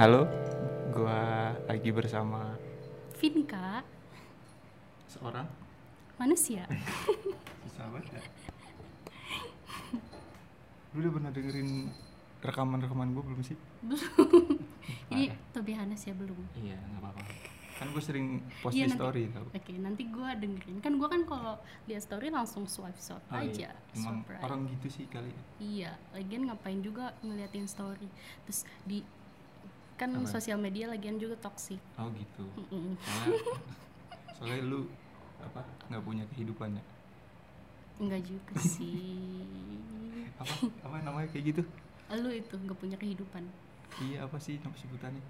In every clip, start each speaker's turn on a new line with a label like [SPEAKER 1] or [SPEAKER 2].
[SPEAKER 1] Halo, gua lagi bersama
[SPEAKER 2] Finka
[SPEAKER 1] seorang
[SPEAKER 2] manusia.
[SPEAKER 1] sahabat. Lu udah pernah dengerin rekaman-rekaman gue belum sih?
[SPEAKER 2] Ini Tobias ya belum.
[SPEAKER 1] Iya, nggak apa-apa. Kan gue sering post di
[SPEAKER 2] Iya, nanti.
[SPEAKER 1] story tau.
[SPEAKER 2] Oke, nanti gua dengerin. Kan gua kan kalau lihat story langsung swipe swipe
[SPEAKER 1] Oh, iya.
[SPEAKER 2] aja.
[SPEAKER 1] Emang
[SPEAKER 2] Swipe right.
[SPEAKER 1] orang gitu sih kali.
[SPEAKER 2] Iya, lagian ngapain juga ngeliatin story. Terus di kan
[SPEAKER 1] Apa?
[SPEAKER 2] sosial media lagian juga toksik.
[SPEAKER 1] Oh gitu.
[SPEAKER 2] Mm-mm.
[SPEAKER 1] Soalnya, soalnya lu apa nggak punya kehidupan ya?
[SPEAKER 2] Enggak juga sih.
[SPEAKER 1] Apa apa namanya kayak gitu?
[SPEAKER 2] Lu itu nggak punya kehidupan.
[SPEAKER 1] Iya apa sih nama sebutannya?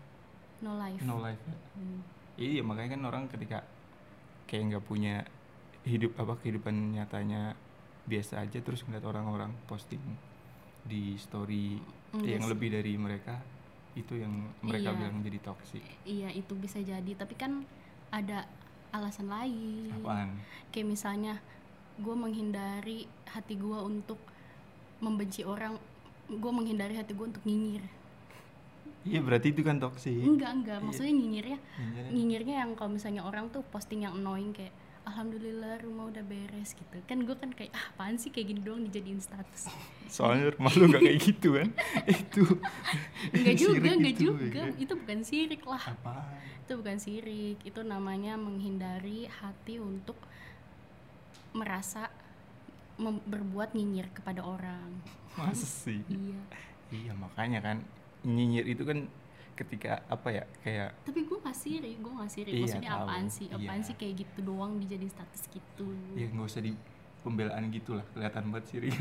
[SPEAKER 2] No life.
[SPEAKER 1] No life. Ya?
[SPEAKER 2] Hmm.
[SPEAKER 1] Iya makanya kan orang ketika kayak nggak punya hidup apa kehidupan nyatanya biasa aja terus ngeliat orang-orang posting di story
[SPEAKER 2] Enggak
[SPEAKER 1] Iya, yang
[SPEAKER 2] Iya sih.
[SPEAKER 1] lebih dari mereka itu yang mereka
[SPEAKER 2] Iya.
[SPEAKER 1] bilang jadi toksik
[SPEAKER 2] Iya, itu bisa jadi, tapi kan ada alasan lain.
[SPEAKER 1] apaan
[SPEAKER 2] kayak misalnya gue menghindari hati gue untuk membenci orang gue menghindari hati gue untuk nyinyir
[SPEAKER 1] iya berarti itu kan toksik
[SPEAKER 2] enggak enggak
[SPEAKER 1] Iya.
[SPEAKER 2] maksudnya nyinyirnya
[SPEAKER 1] Iya.
[SPEAKER 2] nyinyirnya yang kalau misalnya orang tuh posting yang annoying kayak alhamdulillah rumah udah beres gitu kan gue kan kayak ah apaan sih kayak gini doang dijadiin status
[SPEAKER 1] soalnya rumah lu nggak kayak gitu kan itu
[SPEAKER 2] enggak juga
[SPEAKER 1] Iya, Sirik
[SPEAKER 2] enggak
[SPEAKER 1] itu, ya
[SPEAKER 2] juga
[SPEAKER 1] kan?
[SPEAKER 2] itu bukan sirik lah
[SPEAKER 1] apaan
[SPEAKER 2] itu bukan sirik itu namanya menghindari hati untuk merasa mem- berbuat nyinyir kepada orang
[SPEAKER 1] masa sih
[SPEAKER 2] iya
[SPEAKER 1] iya makanya kan nyinyir itu kan ketika apa ya kayak
[SPEAKER 2] tapi gue gak sirik, gue gak sirik
[SPEAKER 1] Iya,
[SPEAKER 2] maksudnya
[SPEAKER 1] tahu.
[SPEAKER 2] apaan sih, apaan
[SPEAKER 1] Iya.
[SPEAKER 2] sih kayak gitu doang dijadiin status gitu
[SPEAKER 1] ya nggak usah di pembelaan gitulah kelihatan banget sih Ria.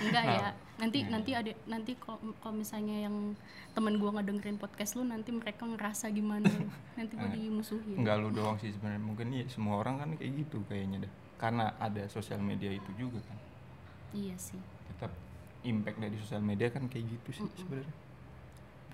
[SPEAKER 2] enggak ya, nanti
[SPEAKER 1] Iya,
[SPEAKER 2] nanti
[SPEAKER 1] iya.
[SPEAKER 2] ada nanti kalau kalau misalnya yang temen gue ngedengerin podcast lu nanti mereka ngerasa gimana nanti gue
[SPEAKER 1] Eh,
[SPEAKER 2] dimusuhin
[SPEAKER 1] nggak lu doang sih sebenarnya mungkin ya semua orang kan kayak gitu kayaknya dah karena ada sosial media itu juga kan
[SPEAKER 2] iya sih,
[SPEAKER 1] tetap impact dari sosial media kan kayak gitu sih
[SPEAKER 2] Mm-mm.
[SPEAKER 1] sebenarnya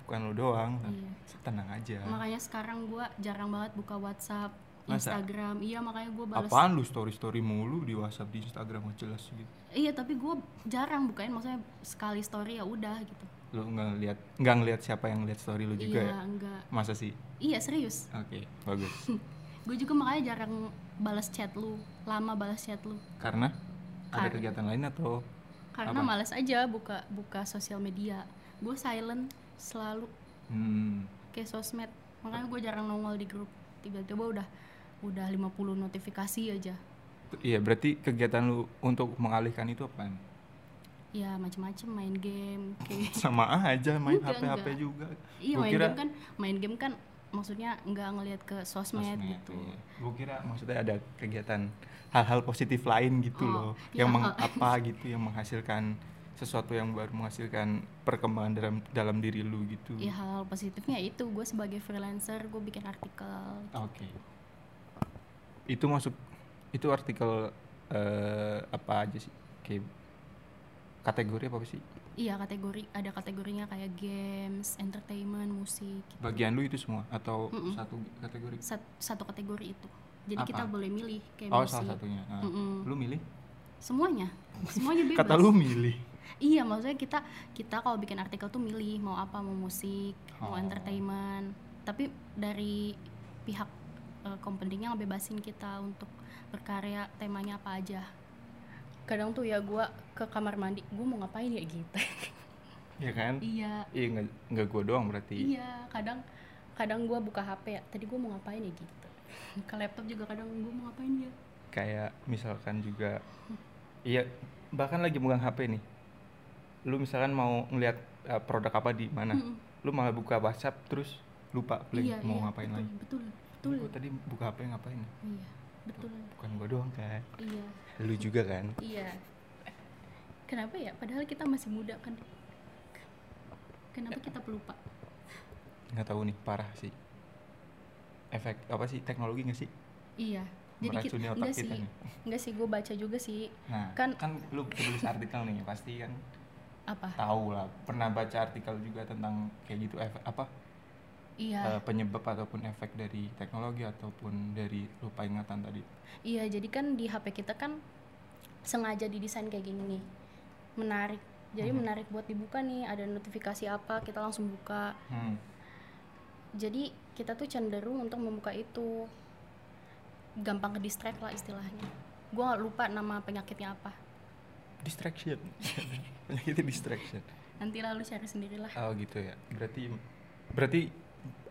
[SPEAKER 1] bukan lu doang kan.
[SPEAKER 2] Iya.
[SPEAKER 1] tenang aja
[SPEAKER 2] makanya sekarang gue jarang banget buka WhatsApp,
[SPEAKER 1] Masa?
[SPEAKER 2] Instagram, iya makanya gue balas
[SPEAKER 1] apaan lu story story mulu di WhatsApp di Instagram nggak jelas gitu
[SPEAKER 2] iya tapi gue jarang bukain maksudnya sekali story ya udah gitu
[SPEAKER 1] lu nggak ngeliat nggak ngeliat siapa yang ngeliat story lu juga
[SPEAKER 2] iya
[SPEAKER 1] ya
[SPEAKER 2] enggak
[SPEAKER 1] masa sih
[SPEAKER 2] iya serius
[SPEAKER 1] oke bagus
[SPEAKER 2] gue juga makanya jarang balas chat lu lama balas chat lu
[SPEAKER 1] karena ada
[SPEAKER 2] Karena-
[SPEAKER 1] kegiatan lain atau
[SPEAKER 2] karena
[SPEAKER 1] Apa?
[SPEAKER 2] malas aja buka buka sosial media gue silent selalu
[SPEAKER 1] hmm,
[SPEAKER 2] kayak sosmed makanya gue jarang nongol di grup tiba-tiba udah udah 50 notifikasi aja
[SPEAKER 1] T- iya berarti kegiatan lu untuk mengalihkan itu apaan
[SPEAKER 2] ya macem-macem main game kayak
[SPEAKER 1] sama aja main
[SPEAKER 2] Enggak,
[SPEAKER 1] HP HP
[SPEAKER 2] enggak.
[SPEAKER 1] juga
[SPEAKER 2] iya
[SPEAKER 1] Gua
[SPEAKER 2] main
[SPEAKER 1] kira-
[SPEAKER 2] game kan main game kan maksudnya nggak ngelihat ke sosmed, gitu
[SPEAKER 1] Gue iya. kira maksudnya ada kegiatan hal-hal positif lain gitu loh,
[SPEAKER 2] Oh,
[SPEAKER 1] yang
[SPEAKER 2] iya.
[SPEAKER 1] meng- apa gitu, yang menghasilkan sesuatu yang baru menghasilkan perkembangan dalam dalam diri lu gitu.
[SPEAKER 2] ya hal positifnya itu gue sebagai freelancer gue bikin artikel
[SPEAKER 1] Oke. Itu masuk itu artikel eh, apa aja sih? Kayak kategori apa sih?
[SPEAKER 2] iya kategori ada kategorinya kayak games entertainment musik gitu.
[SPEAKER 1] Bagian lu itu semua atau
[SPEAKER 2] Mm-mm.
[SPEAKER 1] satu kategori?
[SPEAKER 2] Sat- satu kategori itu jadi
[SPEAKER 1] Apa?
[SPEAKER 2] kita boleh milih kayak
[SPEAKER 1] Oh,
[SPEAKER 2] musik
[SPEAKER 1] salah satunya. Ah.
[SPEAKER 2] Mm-mm.
[SPEAKER 1] Lu milih?
[SPEAKER 2] semuanya semuanya bebas
[SPEAKER 1] Kata lu milih.
[SPEAKER 2] iya maksudnya kita kita kalau bikin artikel tuh milih mau apa mau musik mau
[SPEAKER 1] Oh.
[SPEAKER 2] entertainment tapi dari pihak eh, company-nya ngebebasin kita untuk berkarya temanya apa aja kadang tuh ya gua ke kamar mandi gua mau ngapain ya gitu
[SPEAKER 1] Ya kan?
[SPEAKER 2] iya
[SPEAKER 1] Iya nggak nggak gua doang berarti.
[SPEAKER 2] iya kadang kadang gua buka hp ya tadi gua mau ngapain ya gitu ke laptop juga kadang gua mau ngapain ya
[SPEAKER 1] kayak misalkan juga iya bahkan lagi megang HP nih lu misalkan mau ngelihat eh, produk apa di mana
[SPEAKER 2] Mm-mm.
[SPEAKER 1] lu malah buka WhatsApp terus lupa play
[SPEAKER 2] Hmm. iya
[SPEAKER 1] mau
[SPEAKER 2] iya,
[SPEAKER 1] ngapain
[SPEAKER 2] betul,
[SPEAKER 1] lagi
[SPEAKER 2] betul betul
[SPEAKER 1] Ini gua tadi buka HP ngapain ya?
[SPEAKER 2] iya betul
[SPEAKER 1] bukan gua doang kan
[SPEAKER 2] iya
[SPEAKER 1] lu juga kan
[SPEAKER 2] Iya. Kenapa ya? Padahal kita masih muda kan.
[SPEAKER 1] Ya.
[SPEAKER 2] Kenapa kita pelupa?
[SPEAKER 1] nggak tahu nih parah sih efek apa sih teknologi nggak sih
[SPEAKER 2] Iya. Jadi kita
[SPEAKER 1] meracuni otak
[SPEAKER 2] enggak
[SPEAKER 1] kita
[SPEAKER 2] sih,
[SPEAKER 1] nih
[SPEAKER 2] enggak sih gue baca juga sih
[SPEAKER 1] nah kan,
[SPEAKER 2] Kan-
[SPEAKER 1] kan lu tulis artikel nih pasti kan
[SPEAKER 2] apa?
[SPEAKER 1] tahu lah pernah baca artikel juga tentang kayak gitu efek apa eh,
[SPEAKER 2] Iya.
[SPEAKER 1] penyebab ataupun efek dari teknologi ataupun dari lupa ingatan tadi.
[SPEAKER 2] Iya, jadi kan di HP kita kan sengaja didesain kayak gini nih. Menarik jadi
[SPEAKER 1] Mhm.
[SPEAKER 2] menarik buat dibuka nih ada notifikasi apa kita langsung buka
[SPEAKER 1] Hmm.
[SPEAKER 2] jadi kita tuh cenderung untuk membuka itu gampang ke distract lah istilahnya gue lupa nama penyakitnya apa
[SPEAKER 1] Distraction. Penyakitnya distraction.
[SPEAKER 2] nanti lalu cari sendirilah
[SPEAKER 1] Oh gitu ya. Berarti berarti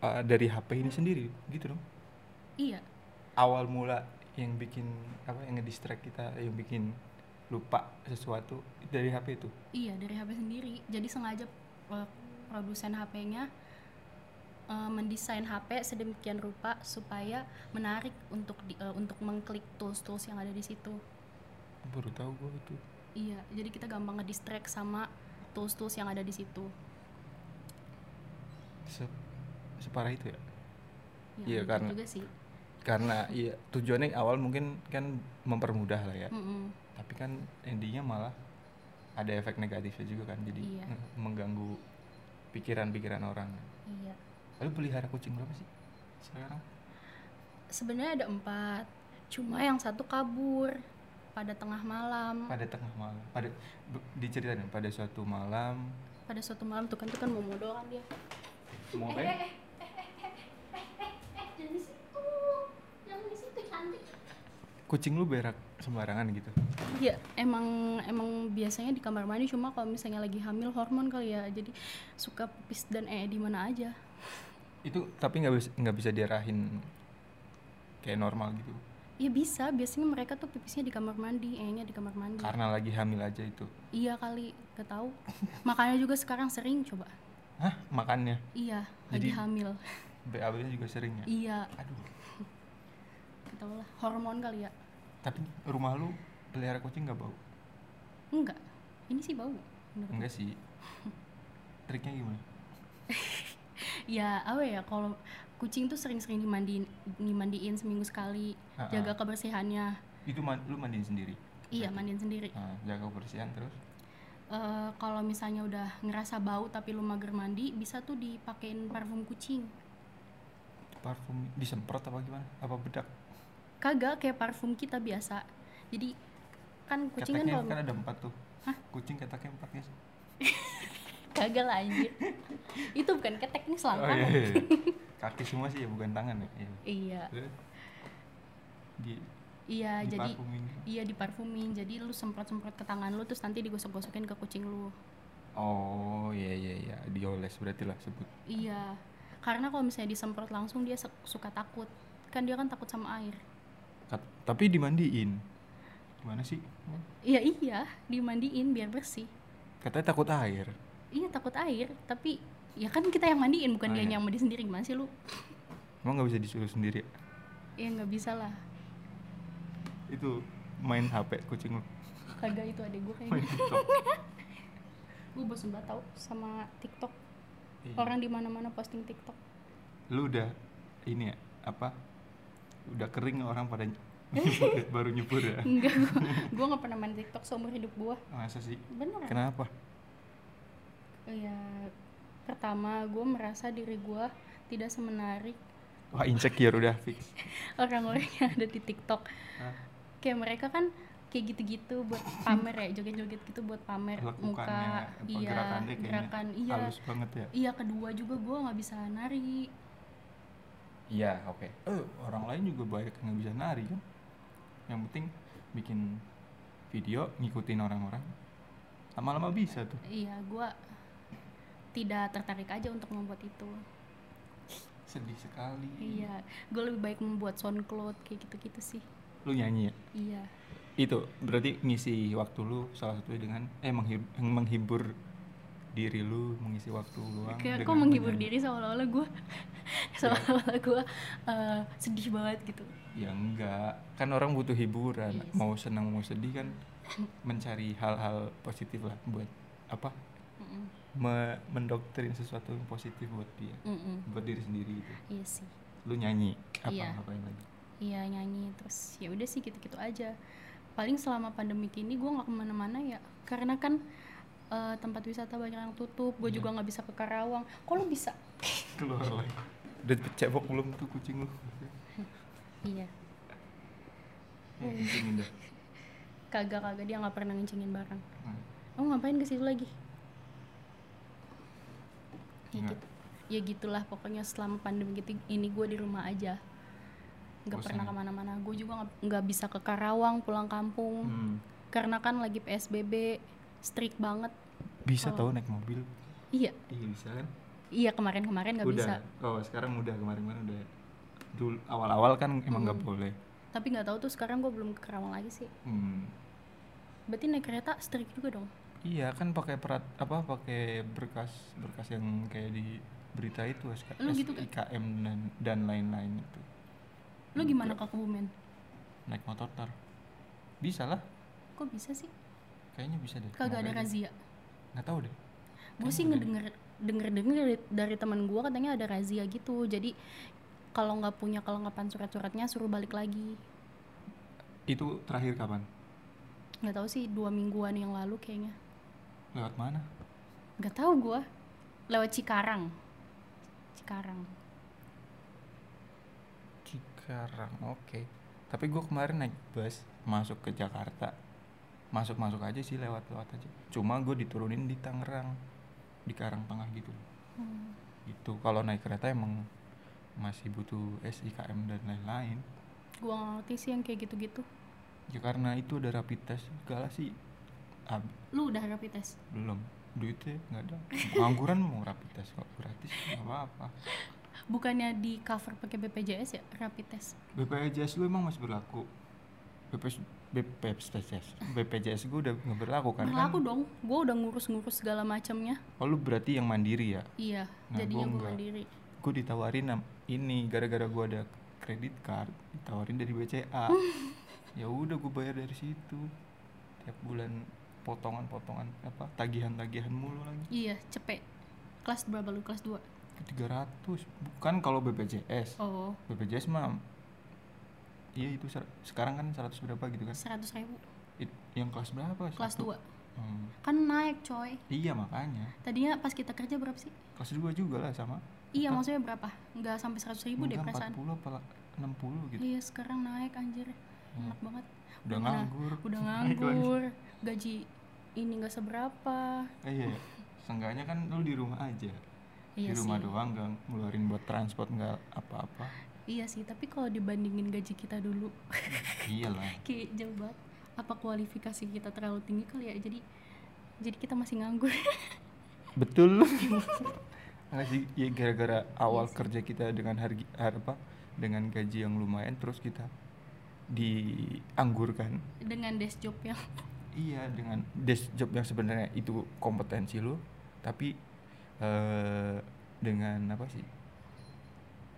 [SPEAKER 1] uh, dari HP ini sendiri gitu dong.
[SPEAKER 2] iya
[SPEAKER 1] Awal mula yang bikin apa yang ngedistract kita, yang bikin lupa sesuatu dari HP itu.
[SPEAKER 2] iya dari HP sendiri jadi sengaja eh, produsen HP-nya eh, mendesain HP sedemikian rupa supaya menarik untuk di- eh, untuk mengklik tools-tools yang ada di situ
[SPEAKER 1] Baru tahu gua itu.
[SPEAKER 2] iya jadi kita gampang ngedistract sama tools-tools yang ada di situ
[SPEAKER 1] Se- separah itu ya. Iya,
[SPEAKER 2] Ya, gitu
[SPEAKER 1] karena-
[SPEAKER 2] juga sih
[SPEAKER 1] Karena iya tujuannya awal mungkin kan mempermudah lah ya.
[SPEAKER 2] Mm-mm.
[SPEAKER 1] Tapi kan endingnya malah ada efek negatifnya juga kan. Jadi
[SPEAKER 2] Iya.
[SPEAKER 1] nge- mengganggu pikiran-pikiran orang.
[SPEAKER 2] iya
[SPEAKER 1] Lalu pelihara kucing berapa sih sekarang?
[SPEAKER 2] sebenarnya ada empat cuma yang satu kabur pada tengah malam
[SPEAKER 1] pada tengah malam pada be- diceritain dong, pada suatu malam
[SPEAKER 2] pada suatu malam tuh kan tuh kan mau modal kan dia
[SPEAKER 1] mau apa
[SPEAKER 2] eh jangan di situ jangan di situ cantik
[SPEAKER 1] kucing lu berak sembarangan gitu
[SPEAKER 2] iya emang emang biasanya di kamar mandi cuma kalau misalnya lagi hamil hormon kali ya jadi suka pipis dan eh di mana aja
[SPEAKER 1] itu tapi nggak bisa nggak bisa diarahin kayak normal gitu
[SPEAKER 2] ya bisa biasanya mereka tuh pipisnya di kamar mandi eh nya di kamar mandi
[SPEAKER 1] karena lagi hamil aja itu
[SPEAKER 2] iya kali gak tahu makanya juga sekarang sering coba
[SPEAKER 1] hah makannya
[SPEAKER 2] iya lagi
[SPEAKER 1] Jadi-
[SPEAKER 2] hamil
[SPEAKER 1] BAB nya juga sering ya
[SPEAKER 2] iya
[SPEAKER 1] aduh
[SPEAKER 2] gak tahu lah hormon kali ya
[SPEAKER 1] tapi rumah lu pelihara kucing nggak bau
[SPEAKER 2] enggak ini sih bau Menurut
[SPEAKER 1] enggak sih triknya gimana
[SPEAKER 2] ya apa ya kalau kucing tuh sering-sering dimandiin dimandiin seminggu sekali
[SPEAKER 1] Ah,
[SPEAKER 2] jaga kebersihannya
[SPEAKER 1] itu man- lu mandiin sendiri
[SPEAKER 2] iya
[SPEAKER 1] Berarti.
[SPEAKER 2] mandiin sendiri
[SPEAKER 1] Ah, jaga kebersihan terus
[SPEAKER 2] Eh, kalau misalnya udah ngerasa bau tapi lu mager mandi bisa tuh dipakein parfum kucing
[SPEAKER 1] parfum disemprot apa gimana apa bedak
[SPEAKER 2] kagak kayak parfum kita biasa jadi kan kucing kan
[SPEAKER 1] keteknya
[SPEAKER 2] kalau
[SPEAKER 1] kan ada empat tuh
[SPEAKER 2] Hah?
[SPEAKER 1] kucing keteknya empat guys
[SPEAKER 2] kagak lah anjir itu bukan ketek nih
[SPEAKER 1] Oh,
[SPEAKER 2] selangkah
[SPEAKER 1] iya, iya. Kaki semua sih ya, bukan tangan ya. Iya.
[SPEAKER 2] iya
[SPEAKER 1] Terus Di,
[SPEAKER 2] iya
[SPEAKER 1] di
[SPEAKER 2] jadi
[SPEAKER 1] parfumin.
[SPEAKER 2] iya diparfumin jadi lu semprot-semprot ke tangan lu terus nanti digosok-gosokin ke kucing lu
[SPEAKER 1] Oh iya iya iya dioles berarti lah sebut.
[SPEAKER 2] Iya, karena kalau misalnya disemprot langsung dia se- suka takut. Kan dia kan takut sama air.
[SPEAKER 1] Kat- Tapi dimandiin. Gimana sih?
[SPEAKER 2] Iya iya, dimandiin biar bersih.
[SPEAKER 1] Katanya takut air.
[SPEAKER 2] Iya takut air, tapi ya kan kita yang mandiin bukan
[SPEAKER 1] Oh,
[SPEAKER 2] dia
[SPEAKER 1] iya.
[SPEAKER 2] yang mandi sendiri gimana sih lu?
[SPEAKER 1] Emang nggak bisa disuruh sendiri? ya?
[SPEAKER 2] Ya nggak bisa lah,
[SPEAKER 1] Itu main HP kucing lu.
[SPEAKER 2] kagak itu adek gue
[SPEAKER 1] Main
[SPEAKER 2] kayaknya.
[SPEAKER 1] TikTok.
[SPEAKER 2] gue bosen banget tau sama TikTok.
[SPEAKER 1] Iya.
[SPEAKER 2] Orang di mana mana posting TikTok.
[SPEAKER 1] Lu udah ini ya apa? Udah kering orang pada ny- baru nyebur ya.
[SPEAKER 2] Enggak, gue gue nggak pernah main TikTok seumur hidup gue.
[SPEAKER 1] Masa sih?
[SPEAKER 2] Beneran.
[SPEAKER 1] Kenapa?
[SPEAKER 2] Iya, pertama gue merasa diri gue tidak semenarik
[SPEAKER 1] Wah insecure udah fix.
[SPEAKER 2] orang-orang yang ada di TikTok.
[SPEAKER 1] Hah?
[SPEAKER 2] kayak mereka kan kayak gitu-gitu buat pamer ya joget-joget gitu buat pamer
[SPEAKER 1] Lekukannya,
[SPEAKER 2] muka
[SPEAKER 1] ya,
[SPEAKER 2] iya
[SPEAKER 1] pergerakannya kayaknya
[SPEAKER 2] gerakan iya
[SPEAKER 1] halus banget ya.
[SPEAKER 2] iya kedua juga gue nggak bisa nari
[SPEAKER 1] Iya, oke. Eh, orang lain juga banyak yang nggak bisa nari kan. Yang penting bikin video ngikutin orang-orang. Lama-lama bisa tuh.
[SPEAKER 2] iya gue tidak tertarik aja untuk membuat itu
[SPEAKER 1] Sedih sekali.
[SPEAKER 2] iya gue lebih baik membuat soundcloud kayak gitu-gitu sih
[SPEAKER 1] Lu nyanyi ya?
[SPEAKER 2] iya
[SPEAKER 1] Itu berarti ngisi waktu lu salah satunya dengan eh menghib- menghibur diri lu mengisi waktu luang.
[SPEAKER 2] kayak kok
[SPEAKER 1] dengan Iya.
[SPEAKER 2] menghibur
[SPEAKER 1] menyanyi.
[SPEAKER 2] diri seolah-olah gue seolah-olah gue sedih banget gitu
[SPEAKER 1] Ya enggak, kan orang butuh hiburan.
[SPEAKER 2] Iya sih.
[SPEAKER 1] Mau senang mau sedih kan mencari hal-hal positif lah buat apa?
[SPEAKER 2] Mm-mm.
[SPEAKER 1] Me- mendoktrin sesuatu yang positif buat dia.
[SPEAKER 2] Mm-mm.
[SPEAKER 1] buat diri sendiri gitu
[SPEAKER 2] iya sih
[SPEAKER 1] lu nyanyi apa
[SPEAKER 2] Iya.
[SPEAKER 1] ngapain lagi
[SPEAKER 2] Iya nyanyi terus ya udah sih gitu-gitu aja paling selama pandemi ini gue nggak kemana-mana ya karena kan eh, tempat wisata banyak yang tutup gue
[SPEAKER 1] Iya.
[SPEAKER 2] juga nggak bisa ke Karawang kok lu bisa
[SPEAKER 1] keluar lagi udah cebok belum tuh kucing lu
[SPEAKER 2] iya
[SPEAKER 1] Eh, kucing indah
[SPEAKER 2] kagak kagak dia nggak pernah ngincingin barang
[SPEAKER 1] Hmm.
[SPEAKER 2] oh ngapain ke situ lagi ya,
[SPEAKER 1] Nggak.
[SPEAKER 2] gitu. ya gitulah pokoknya selama pandemi gitu ini gue di rumah aja nggak
[SPEAKER 1] Bosan
[SPEAKER 2] pernah
[SPEAKER 1] ya?
[SPEAKER 2] kemana-mana gue juga nggak- nggak bisa ke Karawang pulang kampung
[SPEAKER 1] Hmm.
[SPEAKER 2] karena kan lagi psbb strict banget
[SPEAKER 1] Bisa tahu
[SPEAKER 2] Kalau-
[SPEAKER 1] naik mobil?
[SPEAKER 2] iya
[SPEAKER 1] Iya bisa kan?
[SPEAKER 2] iya kemarin-kemarin nggak bisa
[SPEAKER 1] udah. Oh sekarang udah kemarin-kemarin udah. Dulu awal-awal kan emang nggak
[SPEAKER 2] Hmm.
[SPEAKER 1] boleh.
[SPEAKER 2] tapi nggak tahu tuh sekarang gue belum ke Karawang lagi sih
[SPEAKER 1] Hmm.
[SPEAKER 2] berarti naik kereta strict juga dong
[SPEAKER 1] Iya kan pakai perat apa pakai berkas berkas yang kayak di berita itu SK,
[SPEAKER 2] Lu gitu nggak?
[SPEAKER 1] SIKM dan dan lain-lain itu
[SPEAKER 2] lu gimana ke Kebumen
[SPEAKER 1] naik motor tar bisa lah
[SPEAKER 2] kok bisa sih
[SPEAKER 1] kayaknya bisa deh
[SPEAKER 2] kagak
[SPEAKER 1] Semoga
[SPEAKER 2] ada
[SPEAKER 1] aja.
[SPEAKER 2] razia
[SPEAKER 1] nggak tahu deh
[SPEAKER 2] gue
[SPEAKER 1] Kayaknya
[SPEAKER 2] sih
[SPEAKER 1] udah.
[SPEAKER 2] ngedenger denger denger dari, dari teman gue katanya ada razia gitu jadi kalau nggak punya kelengkapan surat-suratnya suruh balik lagi
[SPEAKER 1] itu terakhir kapan
[SPEAKER 2] nggak tahu sih dua mingguan yang lalu kayaknya
[SPEAKER 1] lewat mana
[SPEAKER 2] nggak tahu gue lewat Cikarang Cikarang
[SPEAKER 1] Cikarang oke tapi gue kemarin naik bus masuk ke Jakarta masuk masuk aja sih lewat lewat aja cuma gue diturunin di Tangerang di Karangtengah gitu
[SPEAKER 2] Hmm.
[SPEAKER 1] gitu kalau naik kereta emang masih butuh SIKM dan lain-lain
[SPEAKER 2] gue nggak ngerti sih yang kayak gitu-gitu
[SPEAKER 1] ya karena itu ada rapid test segala sih ab-
[SPEAKER 2] lu udah rapid test
[SPEAKER 1] belum duitnya nggak ada pengangguran mau rapid test kok gratis nggak apa-apa
[SPEAKER 2] bukannya di cover pakai BPJS ya rapid test
[SPEAKER 1] BPJS lu emang masih berlaku BPS BPJS BPJS gue udah nggak berlaku kan
[SPEAKER 2] berlaku dong gue udah ngurus-ngurus segala macamnya
[SPEAKER 1] kan oh lu berarti yang mandiri ya
[SPEAKER 2] iya
[SPEAKER 1] Nah, gua
[SPEAKER 2] jadinya gue
[SPEAKER 1] nggak.
[SPEAKER 2] mandiri
[SPEAKER 1] gue ditawarin nam- ini gara-gara gue ada kredit card ditawarin dari BCA ya udah gue bayar dari situ tiap bulan potongan-potongan apa tagihan-tagihan mulu lagi
[SPEAKER 2] iya cepet kelas berapa lu kelas 2
[SPEAKER 1] 300 bukan kalau BPJS
[SPEAKER 2] oh
[SPEAKER 1] BPJS mah iya itu ser- sekarang kan 100 berapa gitu kan
[SPEAKER 2] seratus ribu
[SPEAKER 1] It- yang kelas berapa
[SPEAKER 2] kelas
[SPEAKER 1] Satu.
[SPEAKER 2] 2
[SPEAKER 1] Hmm,
[SPEAKER 2] kan naik coy
[SPEAKER 1] iya makanya
[SPEAKER 2] tadinya pas kita kerja berapa sih
[SPEAKER 1] kelas 2 juga lah sama
[SPEAKER 2] iya
[SPEAKER 1] Hah?
[SPEAKER 2] maksudnya berapa nggak sampai seratus ribu deh
[SPEAKER 1] Enggak,
[SPEAKER 2] perasaan
[SPEAKER 1] 40 apa 60 gitu
[SPEAKER 2] iya sekarang naik anjir
[SPEAKER 1] Hmm.
[SPEAKER 2] enak banget
[SPEAKER 1] udah
[SPEAKER 2] Nah,
[SPEAKER 1] nganggur
[SPEAKER 2] udah
[SPEAKER 1] Naik lagi.
[SPEAKER 2] nganggur gaji ini nggak seberapa
[SPEAKER 1] Eh, iya ya. seenggaknya kan lu di rumah aja
[SPEAKER 2] iya
[SPEAKER 1] di rumah
[SPEAKER 2] sih
[SPEAKER 1] doang nggak ngeluarin buat transport nggak apa-apa
[SPEAKER 2] iya sih tapi kalau dibandingin gaji kita dulu
[SPEAKER 1] iyalah
[SPEAKER 2] kayak jauh banget apa kualifikasi kita terlalu tinggi kali ya jadi jadi kita masih nganggur
[SPEAKER 1] betul nggak sih ya gara-gara
[SPEAKER 2] Iya
[SPEAKER 1] awal kerja kita dengan harga har- apa dengan gaji yang lumayan terus kita dianggurkan
[SPEAKER 2] dengan desk job yang
[SPEAKER 1] iya dengan desk job yang sebenarnya itu kompetensi lu tapi eh, dengan apa sih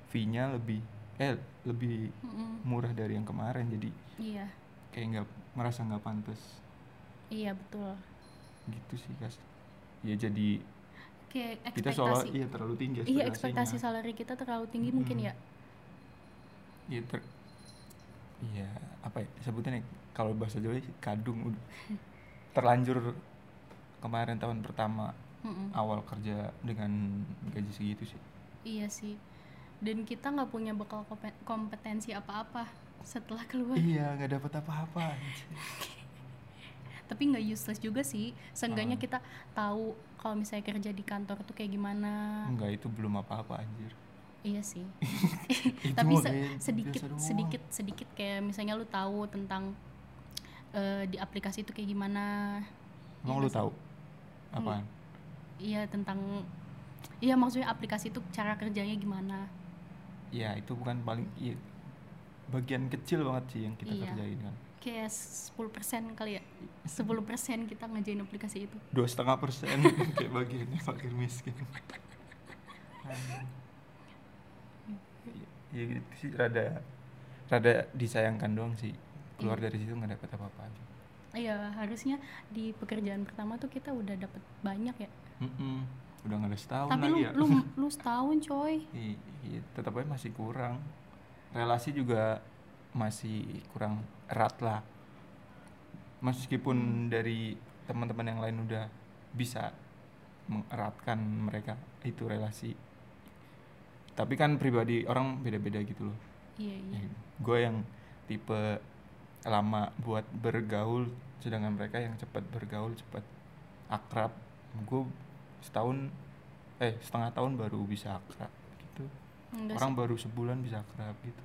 [SPEAKER 1] fee-nya lebih eh lebih
[SPEAKER 2] Mm-mm.
[SPEAKER 1] murah dari yang kemarin jadi
[SPEAKER 2] iya
[SPEAKER 1] kayak nggak merasa nggak pantas
[SPEAKER 2] iya betul
[SPEAKER 1] gitu sih kas ya jadi
[SPEAKER 2] kayak
[SPEAKER 1] kita seolah
[SPEAKER 2] ekspektasi
[SPEAKER 1] iya terlalu tinggi
[SPEAKER 2] iya
[SPEAKER 1] ekspektasinya.
[SPEAKER 2] ekspektasi salary kita terlalu tinggi mungkin
[SPEAKER 1] Mm.
[SPEAKER 2] ya
[SPEAKER 1] Iya, ter- iya, apa ya sebutannya kalau bahasa Jawa sih kadung udah terlanjur kemarin tahun pertama
[SPEAKER 2] Mm-mm.
[SPEAKER 1] awal kerja dengan gaji segitu sih
[SPEAKER 2] iya sih dan kita nggak punya bekal kompe- kompetensi apa-apa setelah keluar
[SPEAKER 1] iya nggak dapat apa-apa anjir.
[SPEAKER 2] Nah. tapi nggak useless juga sih seenggaknya
[SPEAKER 1] Ah.
[SPEAKER 2] kita tahu kalau misalnya kerja di kantor tuh kayak gimana
[SPEAKER 1] nggak itu belum apa-apa anjir
[SPEAKER 2] Iya sih.
[SPEAKER 1] Itu
[SPEAKER 2] Tapi
[SPEAKER 1] mah
[SPEAKER 2] se-
[SPEAKER 1] kayak
[SPEAKER 2] sedikit
[SPEAKER 1] biasa doang.
[SPEAKER 2] sedikit sedikit kayak misalnya lu tahu tentang eh, di aplikasi itu kayak gimana.
[SPEAKER 1] emang
[SPEAKER 2] Iya
[SPEAKER 1] lu
[SPEAKER 2] nggak sih? Hmm.
[SPEAKER 1] tahu apaan
[SPEAKER 2] Iya tentang Iya maksudnya aplikasi itu cara kerjanya gimana.
[SPEAKER 1] ya itu bukan paling iya, bagian kecil banget sih yang kita
[SPEAKER 2] Iya.
[SPEAKER 1] kerjain kan
[SPEAKER 2] Kayak 10% kali ya. 10% kita ngejain aplikasi itu.
[SPEAKER 1] dua setengah persen kayak bagiannya fakir miskin Aduh. Ya- ya gitu sih rada rada disayangkan doang sih keluar dari situ nggak dapet apa-apa aja
[SPEAKER 2] Iya, harusnya di pekerjaan pertama tuh kita udah dapet banyak ya.
[SPEAKER 1] Mm-mm. udah nggak ada setahun
[SPEAKER 2] Tapi lu,
[SPEAKER 1] lagi ya
[SPEAKER 2] lu lu setahun coy.
[SPEAKER 1] I- iya, tetap aja masih kurang relasi juga masih kurang erat lah meskipun dari teman-teman yang lain udah bisa mengeratkan mereka itu relasi tapi kan pribadi orang beda-beda gitu loh
[SPEAKER 2] Iya, iya.
[SPEAKER 1] gue yang tipe lama buat bergaul sedangkan mereka yang cepat bergaul cepat akrab gue setahun eh setengah tahun baru bisa akrab gitu
[SPEAKER 2] Enggak
[SPEAKER 1] orang
[SPEAKER 2] sih.
[SPEAKER 1] baru sebulan bisa akrab gitu